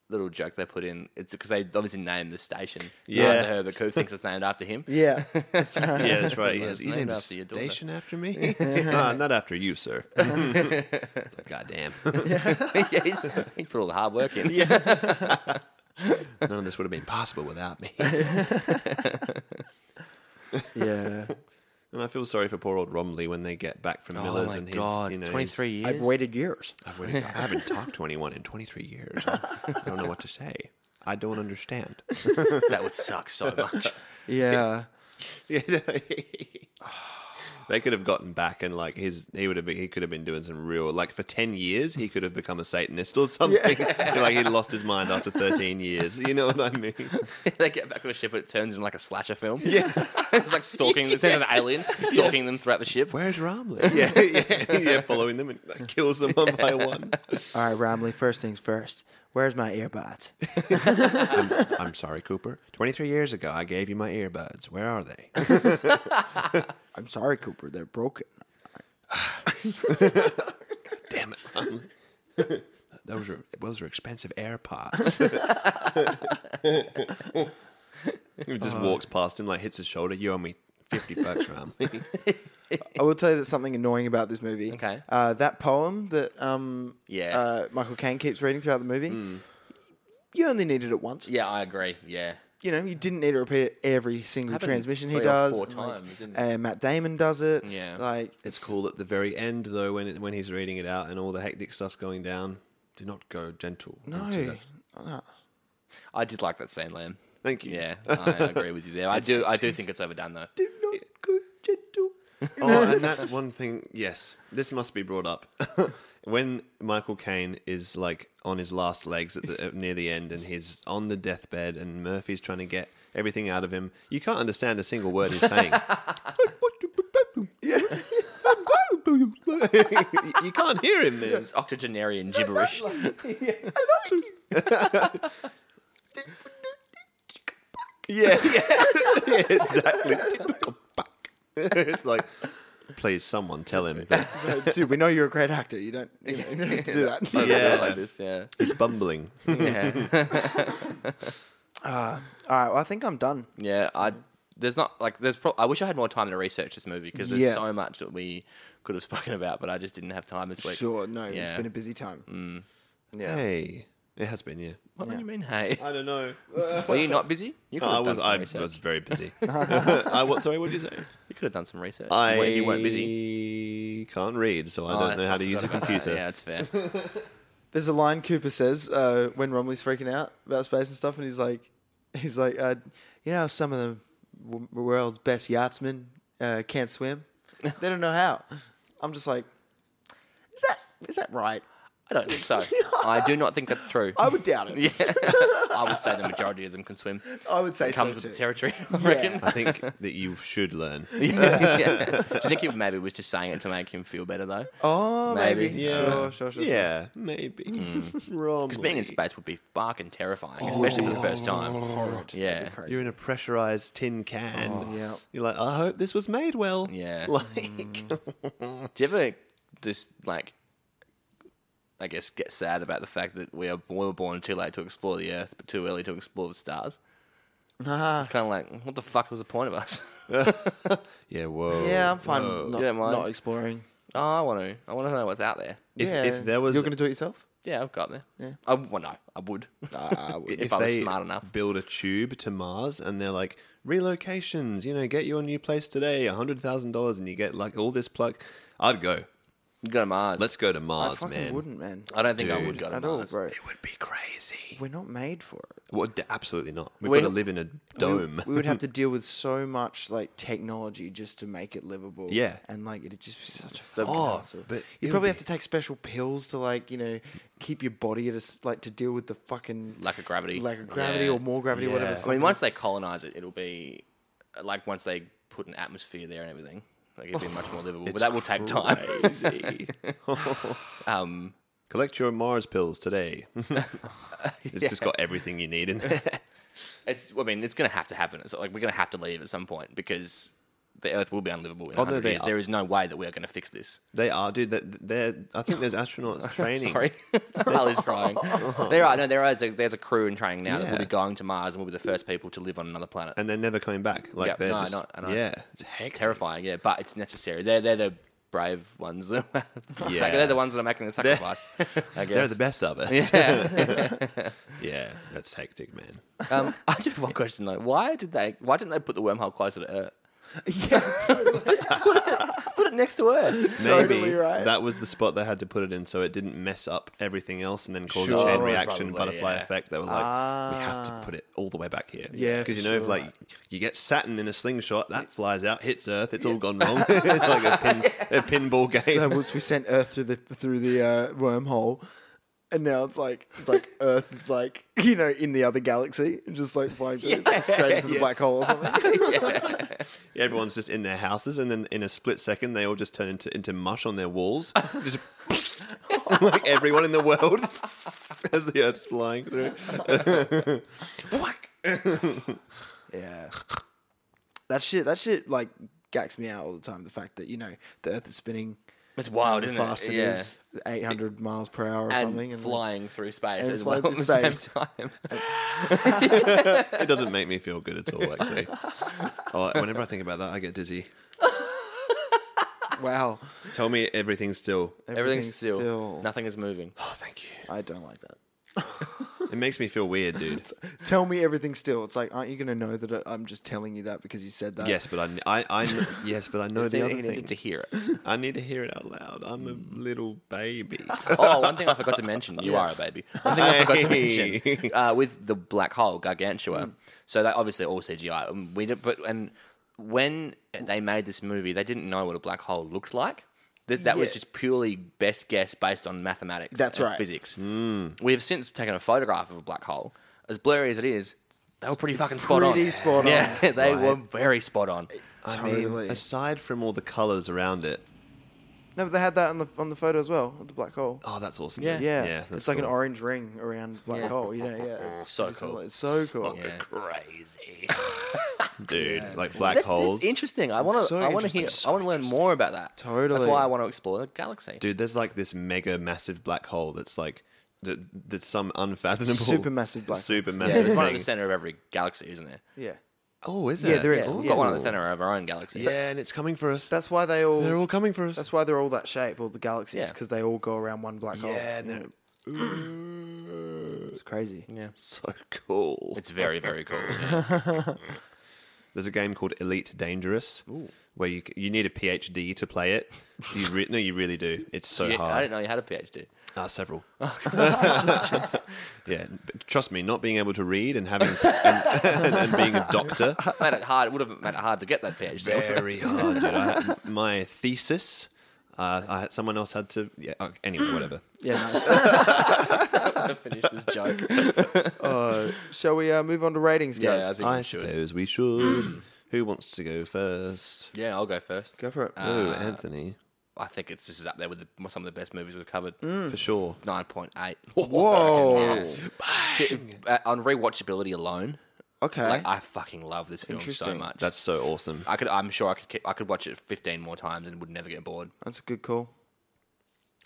C: little joke they put in. It's because they obviously named the station
B: Yeah.
C: after her, but Coop thinks it's named after him.
A: yeah, that's right.
B: Yeah, that's right.
C: Well,
B: Yes,
C: it's
B: you
C: named
B: named a
C: after your daughter.
B: station after me? no, not after you, sir. It's like, Goddamn. None
C: yeah, he's, he put all the hard work in.
B: of this would have been possible without me.
A: Yeah,
B: And I feel sorry for poor old Romley when they get back
A: Oh
B: from Miller's and he's, you know, he's-
C: twenty three years.
A: I've waited years.
B: I've waited, I haven't talked to anyone in 23 years. I don't know what to say. I don't understand.
C: That would suck so much.
A: Yeah,
B: they could have gotten back and like his he would have been, he could have been doing some real like for 10 years he could have become a satanist or something like he'd lost his mind after 13 years you know what i mean
C: they get back on the ship, and it turns into like a slasher film. Yeah, it's like stalking. It's an alien stalking them throughout the ship.
B: where's Romley yeah yeah yeah following them and like, kills them one by one
A: all right, Ramley. First things first. Where's my earbuds?
B: I'm sorry Cooper 23 years ago I gave you my earbuds where are they
A: I'm sorry, Cooper. They're broken.
B: damn it Romley those are those are expensive AirPods he just walks past him like hits his shoulder you owe me 50 bucks Romley
A: I will tell you that something annoying about this movie.
C: Okay.
A: Uh, that poem that um,
C: Yeah. Hmm.
A: uh, Michael Caine keeps reading throughout the movie. You only needed it once.
C: Yeah, I agree. Yeah,
A: You know, you didn't need to repeat it every single
C: Happened
A: transmission he
C: three or
A: does.
C: four
A: and, like,
C: times, didn't it?
A: uh, Matt Damon does it.
C: Yeah.
A: Like
B: It's cool at the very end, though, when it, when he's reading it out and all the hectic stuff's going down. Do not go gentle.
A: No.
B: into the-
C: I did like that scene, Lamb.
B: Thank you.
C: Yeah, I agree with you there. I do, I do think it's overdone though.
A: Do not go gentle.
B: Oh, and that's one thing. Yes, this must be brought up. when Michael Caine is like on his last legs at the, at near the end, and he's on the deathbed, and Murphy's trying to get everything out of him, you can't understand a single word he's saying. You- you can't hear him, man.
C: It's octogenarian gibberish.
B: Yeah, yeah, yeah exactly. it's like, please, someone tell him that
A: Dude, we know you're a great actor. You don't, you know, you don't have to do that.
C: Like that,
B: Yeah.
C: like this, yeah.
B: he's bumbling.
C: Yeah.
A: Uh, All right, well, I think I'm done.
C: yeah, I there's not like there's pro- I wish I had more time to research this movie because there's
A: Yeah.
C: so much that we could have spoken about, but I just didn't have time this week.
A: Sure, no, it's
C: Yeah. Hmm.
A: been a busy time. Yeah.
B: Hey, it has been, yeah.
C: What do you mean, hey?
B: I don't know.
C: Were you not busy? You could
B: Uh, I
C: have
B: was,
C: done some
B: I
C: research.
B: was very busy. I what? Sorry, what did you say?
C: You could have done some research.
B: I
C: When you weren't busy.
B: Can't read, so I
C: Oh,
B: don't know
C: that's-
B: how
C: I
B: to use a
C: forgot about that.
B: computer.
C: Yeah, it's fair.
A: There's a line Cooper says uh, when Romley's freaking out about space and stuff, and he's like, he's like, uh, you know, some of the w- world's best yachtsmen uh, can't swim. They don't know how. I'm just like, is that is that right?
C: I don't think so. I do not think that's true.
A: I would doubt it.
C: yeah. I would say the majority of them can swim.
A: I would say
C: It comes
A: so
C: with
A: too.
C: the territory, I reckon.
B: I think that you should learn.
C: Yeah. Do you think it maybe was just saying it to make him feel better though?
A: oh, maybe.
C: Maybe.
B: Yeah.
A: Sure, sure, sure.
B: Yeah, maybe. Wrong.
C: Hmm. Because being in space would be fucking
A: Oh.
C: terrifying, especially for the first time. Yeah.
A: Crazy.
B: You're in a pressurized tin can.
A: Yeah.
B: You're like, I hope this was made well.
C: Oh, Yeah. Hmm.
B: Like,
C: Do you ever just like, I guess, get sad about the fact that we, are, we were born too late to explore the Earth, but too early to explore the stars? It's kind of like, what the fuck was the point of us?
B: yeah, whoa.
A: yeah, I'm fine.
B: whoa.
A: Not,
C: You don't mind?
A: not exploring.
C: oh, I want to. I want to know what's out there.
B: If,
A: yeah.
B: if there was
A: you're going to do it yourself.
C: Yeah, I've got there. Yeah. I, well, no, I would.
B: if,
C: if I was
B: they
C: smart enough.
B: build a tube to Mars and they're like relocations, you know, get your new place today, hundred thousand dollars, and you get like all this pluck. I'd go.
C: go to Mars.
B: Let's go to
A: I
B: Mars,
A: fucking
B: man.
A: wouldn't, man.
C: I don't think I
B: Dude.
C: would go to
A: At all,
C: Mars.
A: bro.
B: It would be crazy.
A: We're not made for it.
B: Well, d- absolutely not. We've
C: We-
B: got to live in a
A: we-
B: dome.
A: We, would have to deal with so much like technology just to make it livable.
B: Yeah.
A: and like it'd just be such a fucking
B: Oh,
A: hassle.
B: but it
A: you
B: would
A: probably have to
B: be-
A: take special pills to like you know keep your body at a s like to deal with the fucking
C: Lack of gravity.
A: lack of gravity
C: Yeah.
A: or more gravity, whatever.
B: Yeah.
A: the
C: I mean,
A: fuck.
C: once they colonize it, it'll be uh, like once they put an atmosphere there and everything, like it'll be much more livable. but
B: It's
C: that will take time.
B: crazy.
C: Um,
B: Collect your Mars pills today. it's just got everything you need in there.
C: it's. I mean, it's going to have to happen. It's like we're going to have to leave at some point because the Earth will be unlivable in a
B: Although
C: 100
B: Oh, they
C: years.
B: are-
C: There is no way that we are going to fix this.
B: They are, dude. That they're. I think there's astronauts training.
C: Sorry, Harley's crying. there are no, there is a, there's a crew in training now that will be
B: Yeah.
C: going to Mars and will be the first people to live on another planet.
B: and they're never coming back. Like
C: Yep.
B: they're
C: No,
B: just,
C: not- I know.
B: yeah, it's hectic.
C: Terrifying, yeah, but it's necessary. They're they're the brave ones. that-
B: Yeah.
C: they're the ones that are making the sacrifice. I guess.
B: They're the best of us.
C: Yeah.
B: yeah, that's hectic, man.
C: Um, I do have one question though. Why did they? Why didn't they put the wormhole closer to Earth?
A: yeah,
C: Put it next to Earth.
A: Totally
B: Maybe
A: right.
B: that was the spot they had to put it in, so it didn't mess up everything else and then cause
A: Sure, Ah.
B: a chain reaction,
C: probably,
B: butterfly
C: yeah.
B: effect. They were like, we have to put it all the way back here.
A: Yeah,
B: because you
A: for
B: know, if
A: sure.
B: like you get Saturn in a slingshot, that flies out, hits Earth, it's all gone wrong. It's like a, pin, a pinball game.
A: Uh, once we sent Earth through the through the uh, wormhole, and now it's like it's like Earth is like you know in the other galaxy, and just like flying through, it's, like, straight into the black hole or something.
B: Everyone's just in their houses, and then in a split second, they all just turn into, into mush on their walls. Just like everyone in the world as the earth's flying through. Whack!
A: Yeah. That shit that shit like gacks me out all the time, the fact that, you know, the earth is spinning
C: It's wild, isn't
A: fast
C: it?
A: it is eight hundred miles per hour or
C: And
A: something. And
C: flying through space
A: and
C: as well
A: flying
C: at the
A: through
C: same
A: space.
C: time.
B: It doesn't make me feel good at all, actually. Oh, whenever I think about that, I get dizzy.
A: like, wow.
B: Tell me everything's still.
C: Everything's still, Nothing is moving.
B: Oh, thank you.
A: I don't like that.
B: It makes me feel weird, dude.
A: Tell me everything's still. It's like, aren't you gonna know that I'm just telling you that because you said that?
B: Yes, but I, kn- I, I kn- yes, but I know the
C: You
B: other
C: need to
B: thing.
C: hear it.
B: I need to hear it out loud. I'm
A: Mm.
B: a little baby.
C: Oh, one thing I forgot to mention. You are a baby. One thing I forgot to
B: Hey.
C: mention uh, with the black hole, Gargantua.
A: Mm.
C: So that obviously all CGI. Um, We did, but and when they made this movie, they didn't know what a black hole looked like. That, that was
A: Yeah.
C: just purely best guess based on mathematics.
A: That's
C: and
A: right. Mm.
C: Physics. We have since taken a photograph of a black hole. As blurry as it is, they were pretty fucking spot
A: pretty
C: on.
A: spot on.
C: Yeah, they were very spot on.
B: I mean,
A: Totally.
B: aside from all the colors around it,
A: No, but they had that on the on the photo as well, of the black hole.
B: Oh, that's awesome.
C: Yeah.
A: Yeah,
B: yeah that's
A: it's like an
B: cool.
A: orange ring around black
C: Yeah. Oh,
A: hole. Yeah, yeah, it's
C: So
A: it's
C: cool.
A: It's so cool.
C: Yeah.
B: crazy dude. like black
C: That's,
B: holes.
C: that's interesting. I want to.
A: so
C: I want to hear.
A: interesting.
C: I want to learn more about that. That's
A: Totally.
C: why I want to explore the galaxy.
B: dude, there's like this mega massive black hole that's like that, that's some unfathomable
A: Supermassive black hole.
B: super
C: yeah,
B: massive
C: there's one at the
B: thing.
C: center of every galaxy, isn't there?
A: Yeah,
B: Oh, is
A: Yeah,
B: it?
A: there is.
C: Yeah,
A: Cool.
C: we've got one at the
A: Ooh.
C: center of our own galaxy.
B: Yeah, and it's coming for us.
A: that's why they all.
B: They're all coming for us.
A: that's why they're all that shape, all the galaxies,
C: Yeah.
A: because they all go around one black hole.
B: yeah, and they're-
A: it's crazy.
C: yeah.
B: so cool.
C: Mm. It's very, very cool.
B: There's a game called Elite Dangerous where you you need a PhD to play it. You re- no, you really do. It's so
C: Yeah, I
B: hard.
C: didn't know Oh, you had a PhD.
B: Uh, several. yeah, but trust me, not being able to read and having and, and, and being a doctor
C: Made it hard. It would have made it hard to get that PhD.
B: very hard. Dude. I had, my thesis. Uh, I had, someone else had to. Yeah. uh, Anyway, whatever.
A: Yeah, nice.
C: to finish this joke.
A: Uh, shall we uh, move on to ratings,
C: Yeah,
A: guys?
C: I think-
B: I
C: should.
B: suppose we should. Who wants to go first?
C: Yeah, I'll go first.
A: Go for it.
B: Oh,
C: Uh,
B: Anthony,
C: I think it's this is up there with the, some of the best movies we've covered.
B: for sure.
C: Nine point eight.
A: Mm. Whoa.
C: Uh, on rewatchability alone,
A: Okay.
C: like uh, I fucking love this film so
A: Interesting.
C: much.
B: That's so awesome.
C: I could. I'm sure I could. Keep, I could watch it 15 more times and would never get bored.
A: That's a good call.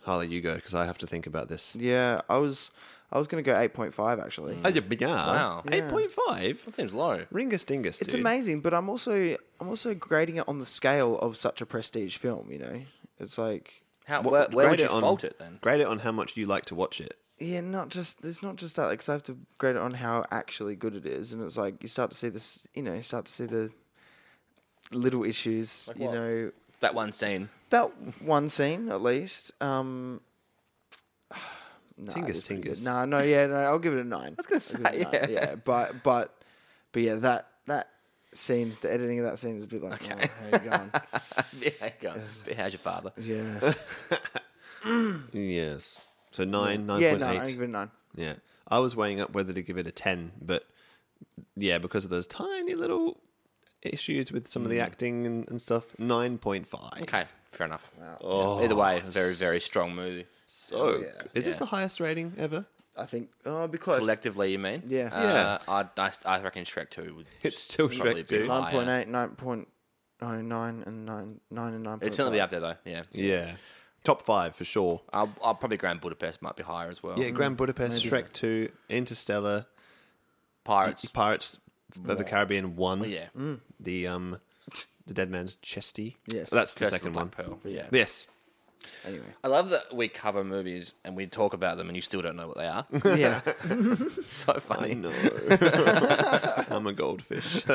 B: Harley, you go because I have to think about this.
A: Yeah, I was I was gonna go eight point five actually.
C: Mm,
B: Oh, yeah, yeah.
C: Wow. Yeah.
B: Eight point five.
C: That seems low.
B: Ringus dingus.
A: It's
B: dude.
A: amazing, but I'm also I'm also grading it on the scale of such a prestige film. You know, it's like
C: How?
B: What-
C: where where would
B: grade
C: you
B: on-
C: fault it then?
B: Grade it on how much you like to watch it.
A: yeah, not just it's not just that. Like, 'cause I have to grade it on how actually good it is, and it's like you start to see this. You know, you start to see the little issues. you
C: what?
A: know,
C: That one scene.
A: that one scene at least. Um, nah,
B: Tingus, tingus.
A: No, no, yeah, no. I'll give it a nine. I
C: was gonna say,
A: yeah,
C: yeah.
A: yeah, but but but yeah, that that scene, the editing of that scene is a bit like, oh, how you going?
C: Yeah, go. How's your father?
A: Yeah.
B: Yes. So nine, nine
A: yeah,
B: point eight.
A: no, I give it a nine.
B: Yeah. I was weighing up whether to give it a 10, but yeah, because of those tiny little issues with some of the acting and, and stuff, 9.5.
C: Mm. Okay, fair enough. Either way, very, very strong movie.
B: So,
A: Yeah.
B: is this
C: Yeah.
B: the highest rating ever?
A: I think oh, I'll be close.
C: Collectively, you mean?
A: Yeah.
C: Uh, I'd- I, I, reckon Shrek Two would.
B: It's still
C: Probably
B: Shrek
C: a bit
B: 2.
C: high.
A: 9.8, 9.09, and 9, 9 and 9.5.
C: It's certainly up there though. Yeah.
B: Yeah. Top five for sure.
C: I'll, I'll probably Grand Budapest might be higher as well.
B: Yeah, Grand Budapest, Shrek 2, Interstellar,
C: Pirates.
B: Pirates of the Caribbean 1.
C: Oh, yeah.
B: The, um, the Dead Man's Chesty.
A: Yes.
B: That's the
C: Curse of
B: second
C: Black
B: one.
C: Pearl. Yeah.
B: Yes.
A: Anyway.
C: I love that we cover movies and we talk about them and you still don't know what they are.
A: Yeah.
C: so
B: I
C: funny.
B: know. I'm a goldfish.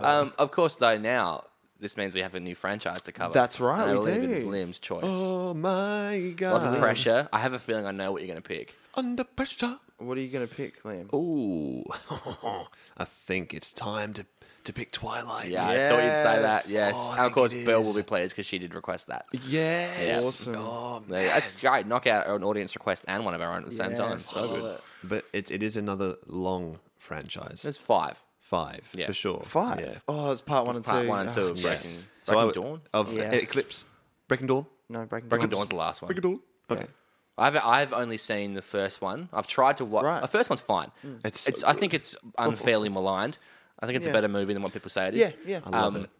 C: Um,
A: Oh.
C: of course, though, now this means we have a new franchise to cover.
A: That's right,
C: And I
A: we
C: believe it is
A: do.
C: Liam's choice.
B: oh my god.
C: Lots of pressure. I have a feeling I know what you're going to pick.
B: Under pressure.
A: what are you going to pick, Liam?
C: Oh,
B: Ooh, I think it's time to to pick Twilight.
C: Yeah, I thought you'd say that.
A: Yes.
C: Yes.
B: Oh, I
C: and of
B: think
C: course,
B: it
C: Bill
B: is.
C: will be pleased because she did request that.
B: Yes.
C: Yeah.
A: Awesome.
B: Oh,
C: There you go. That's great. Knock out an audience request and one of our own at the same
A: Yes, Oh.
C: time.
A: I
C: So
A: love
C: good.
A: it.
B: but it, it is another long franchise.
C: There's five.
B: Five
C: Yeah.
B: for sure.
A: Five.
B: Yeah.
A: Oh, it's part one and
C: Part
A: two.
C: one and two
A: Oh,
C: of Breaking,
B: Yes.
C: Breaking
B: I would-
C: Dawn.
B: of
A: Yeah.
B: Eclipse. Breaking Dawn.
A: No, Breaking,
C: Breaking
A: Dawn.
C: Dawn's the last one.
B: Breaking Dawn. Okay.
C: I've I've only seen the first one. I've tried to watch.
A: Right. Mm.
C: The first one's fine.
B: It's so
C: It's. I think it's unfairly maligned. I think it's a
A: Yeah.
C: better movie than what people say it is.
A: Yeah, yeah. I
B: love
C: um,
B: it.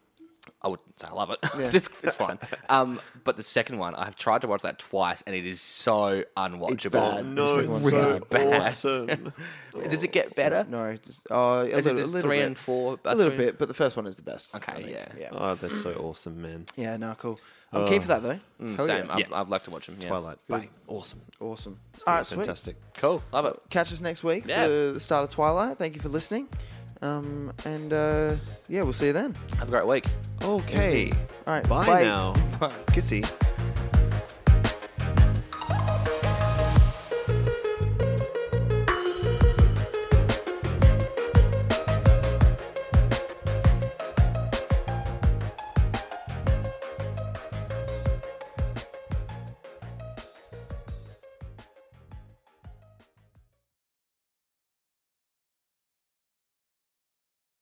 C: I would say I love it. it's, it's fine. Um, but the second one, I've tried to watch that twice, and it is so unwatchable.
A: bad.
B: No,
A: This
B: it's
A: one's
B: so
A: really
C: bad.
B: awesome.
C: Does it get better?
A: No, just, oh, a
C: Is
A: little,
C: it
A: a
C: just
A: little
C: three
A: bit.
C: and four?
A: A little bit, but the first one is the best. I
C: Okay,
A: think.
C: yeah. Oh.
A: Yeah.
B: oh, that's so awesome, man.
A: Yeah, no, cool. I'm keen for that, though. Hell
C: Mm, Same.
A: yeah.
C: I've,
B: Yeah.
C: I'd like to watch them. Yeah.
B: Twilight. Bang. Awesome.
A: Awesome. All right, sweet.
B: Fantastic.
C: Cool. Love it.
A: Catch us next week
C: Yeah.
A: for the start of Twilight. Thank you for listening. Um, and uh, yeah, we'll see you then.
C: Have a great week.
B: Okay.
A: All right,
B: Bye,
A: bye.
B: now. Kissy.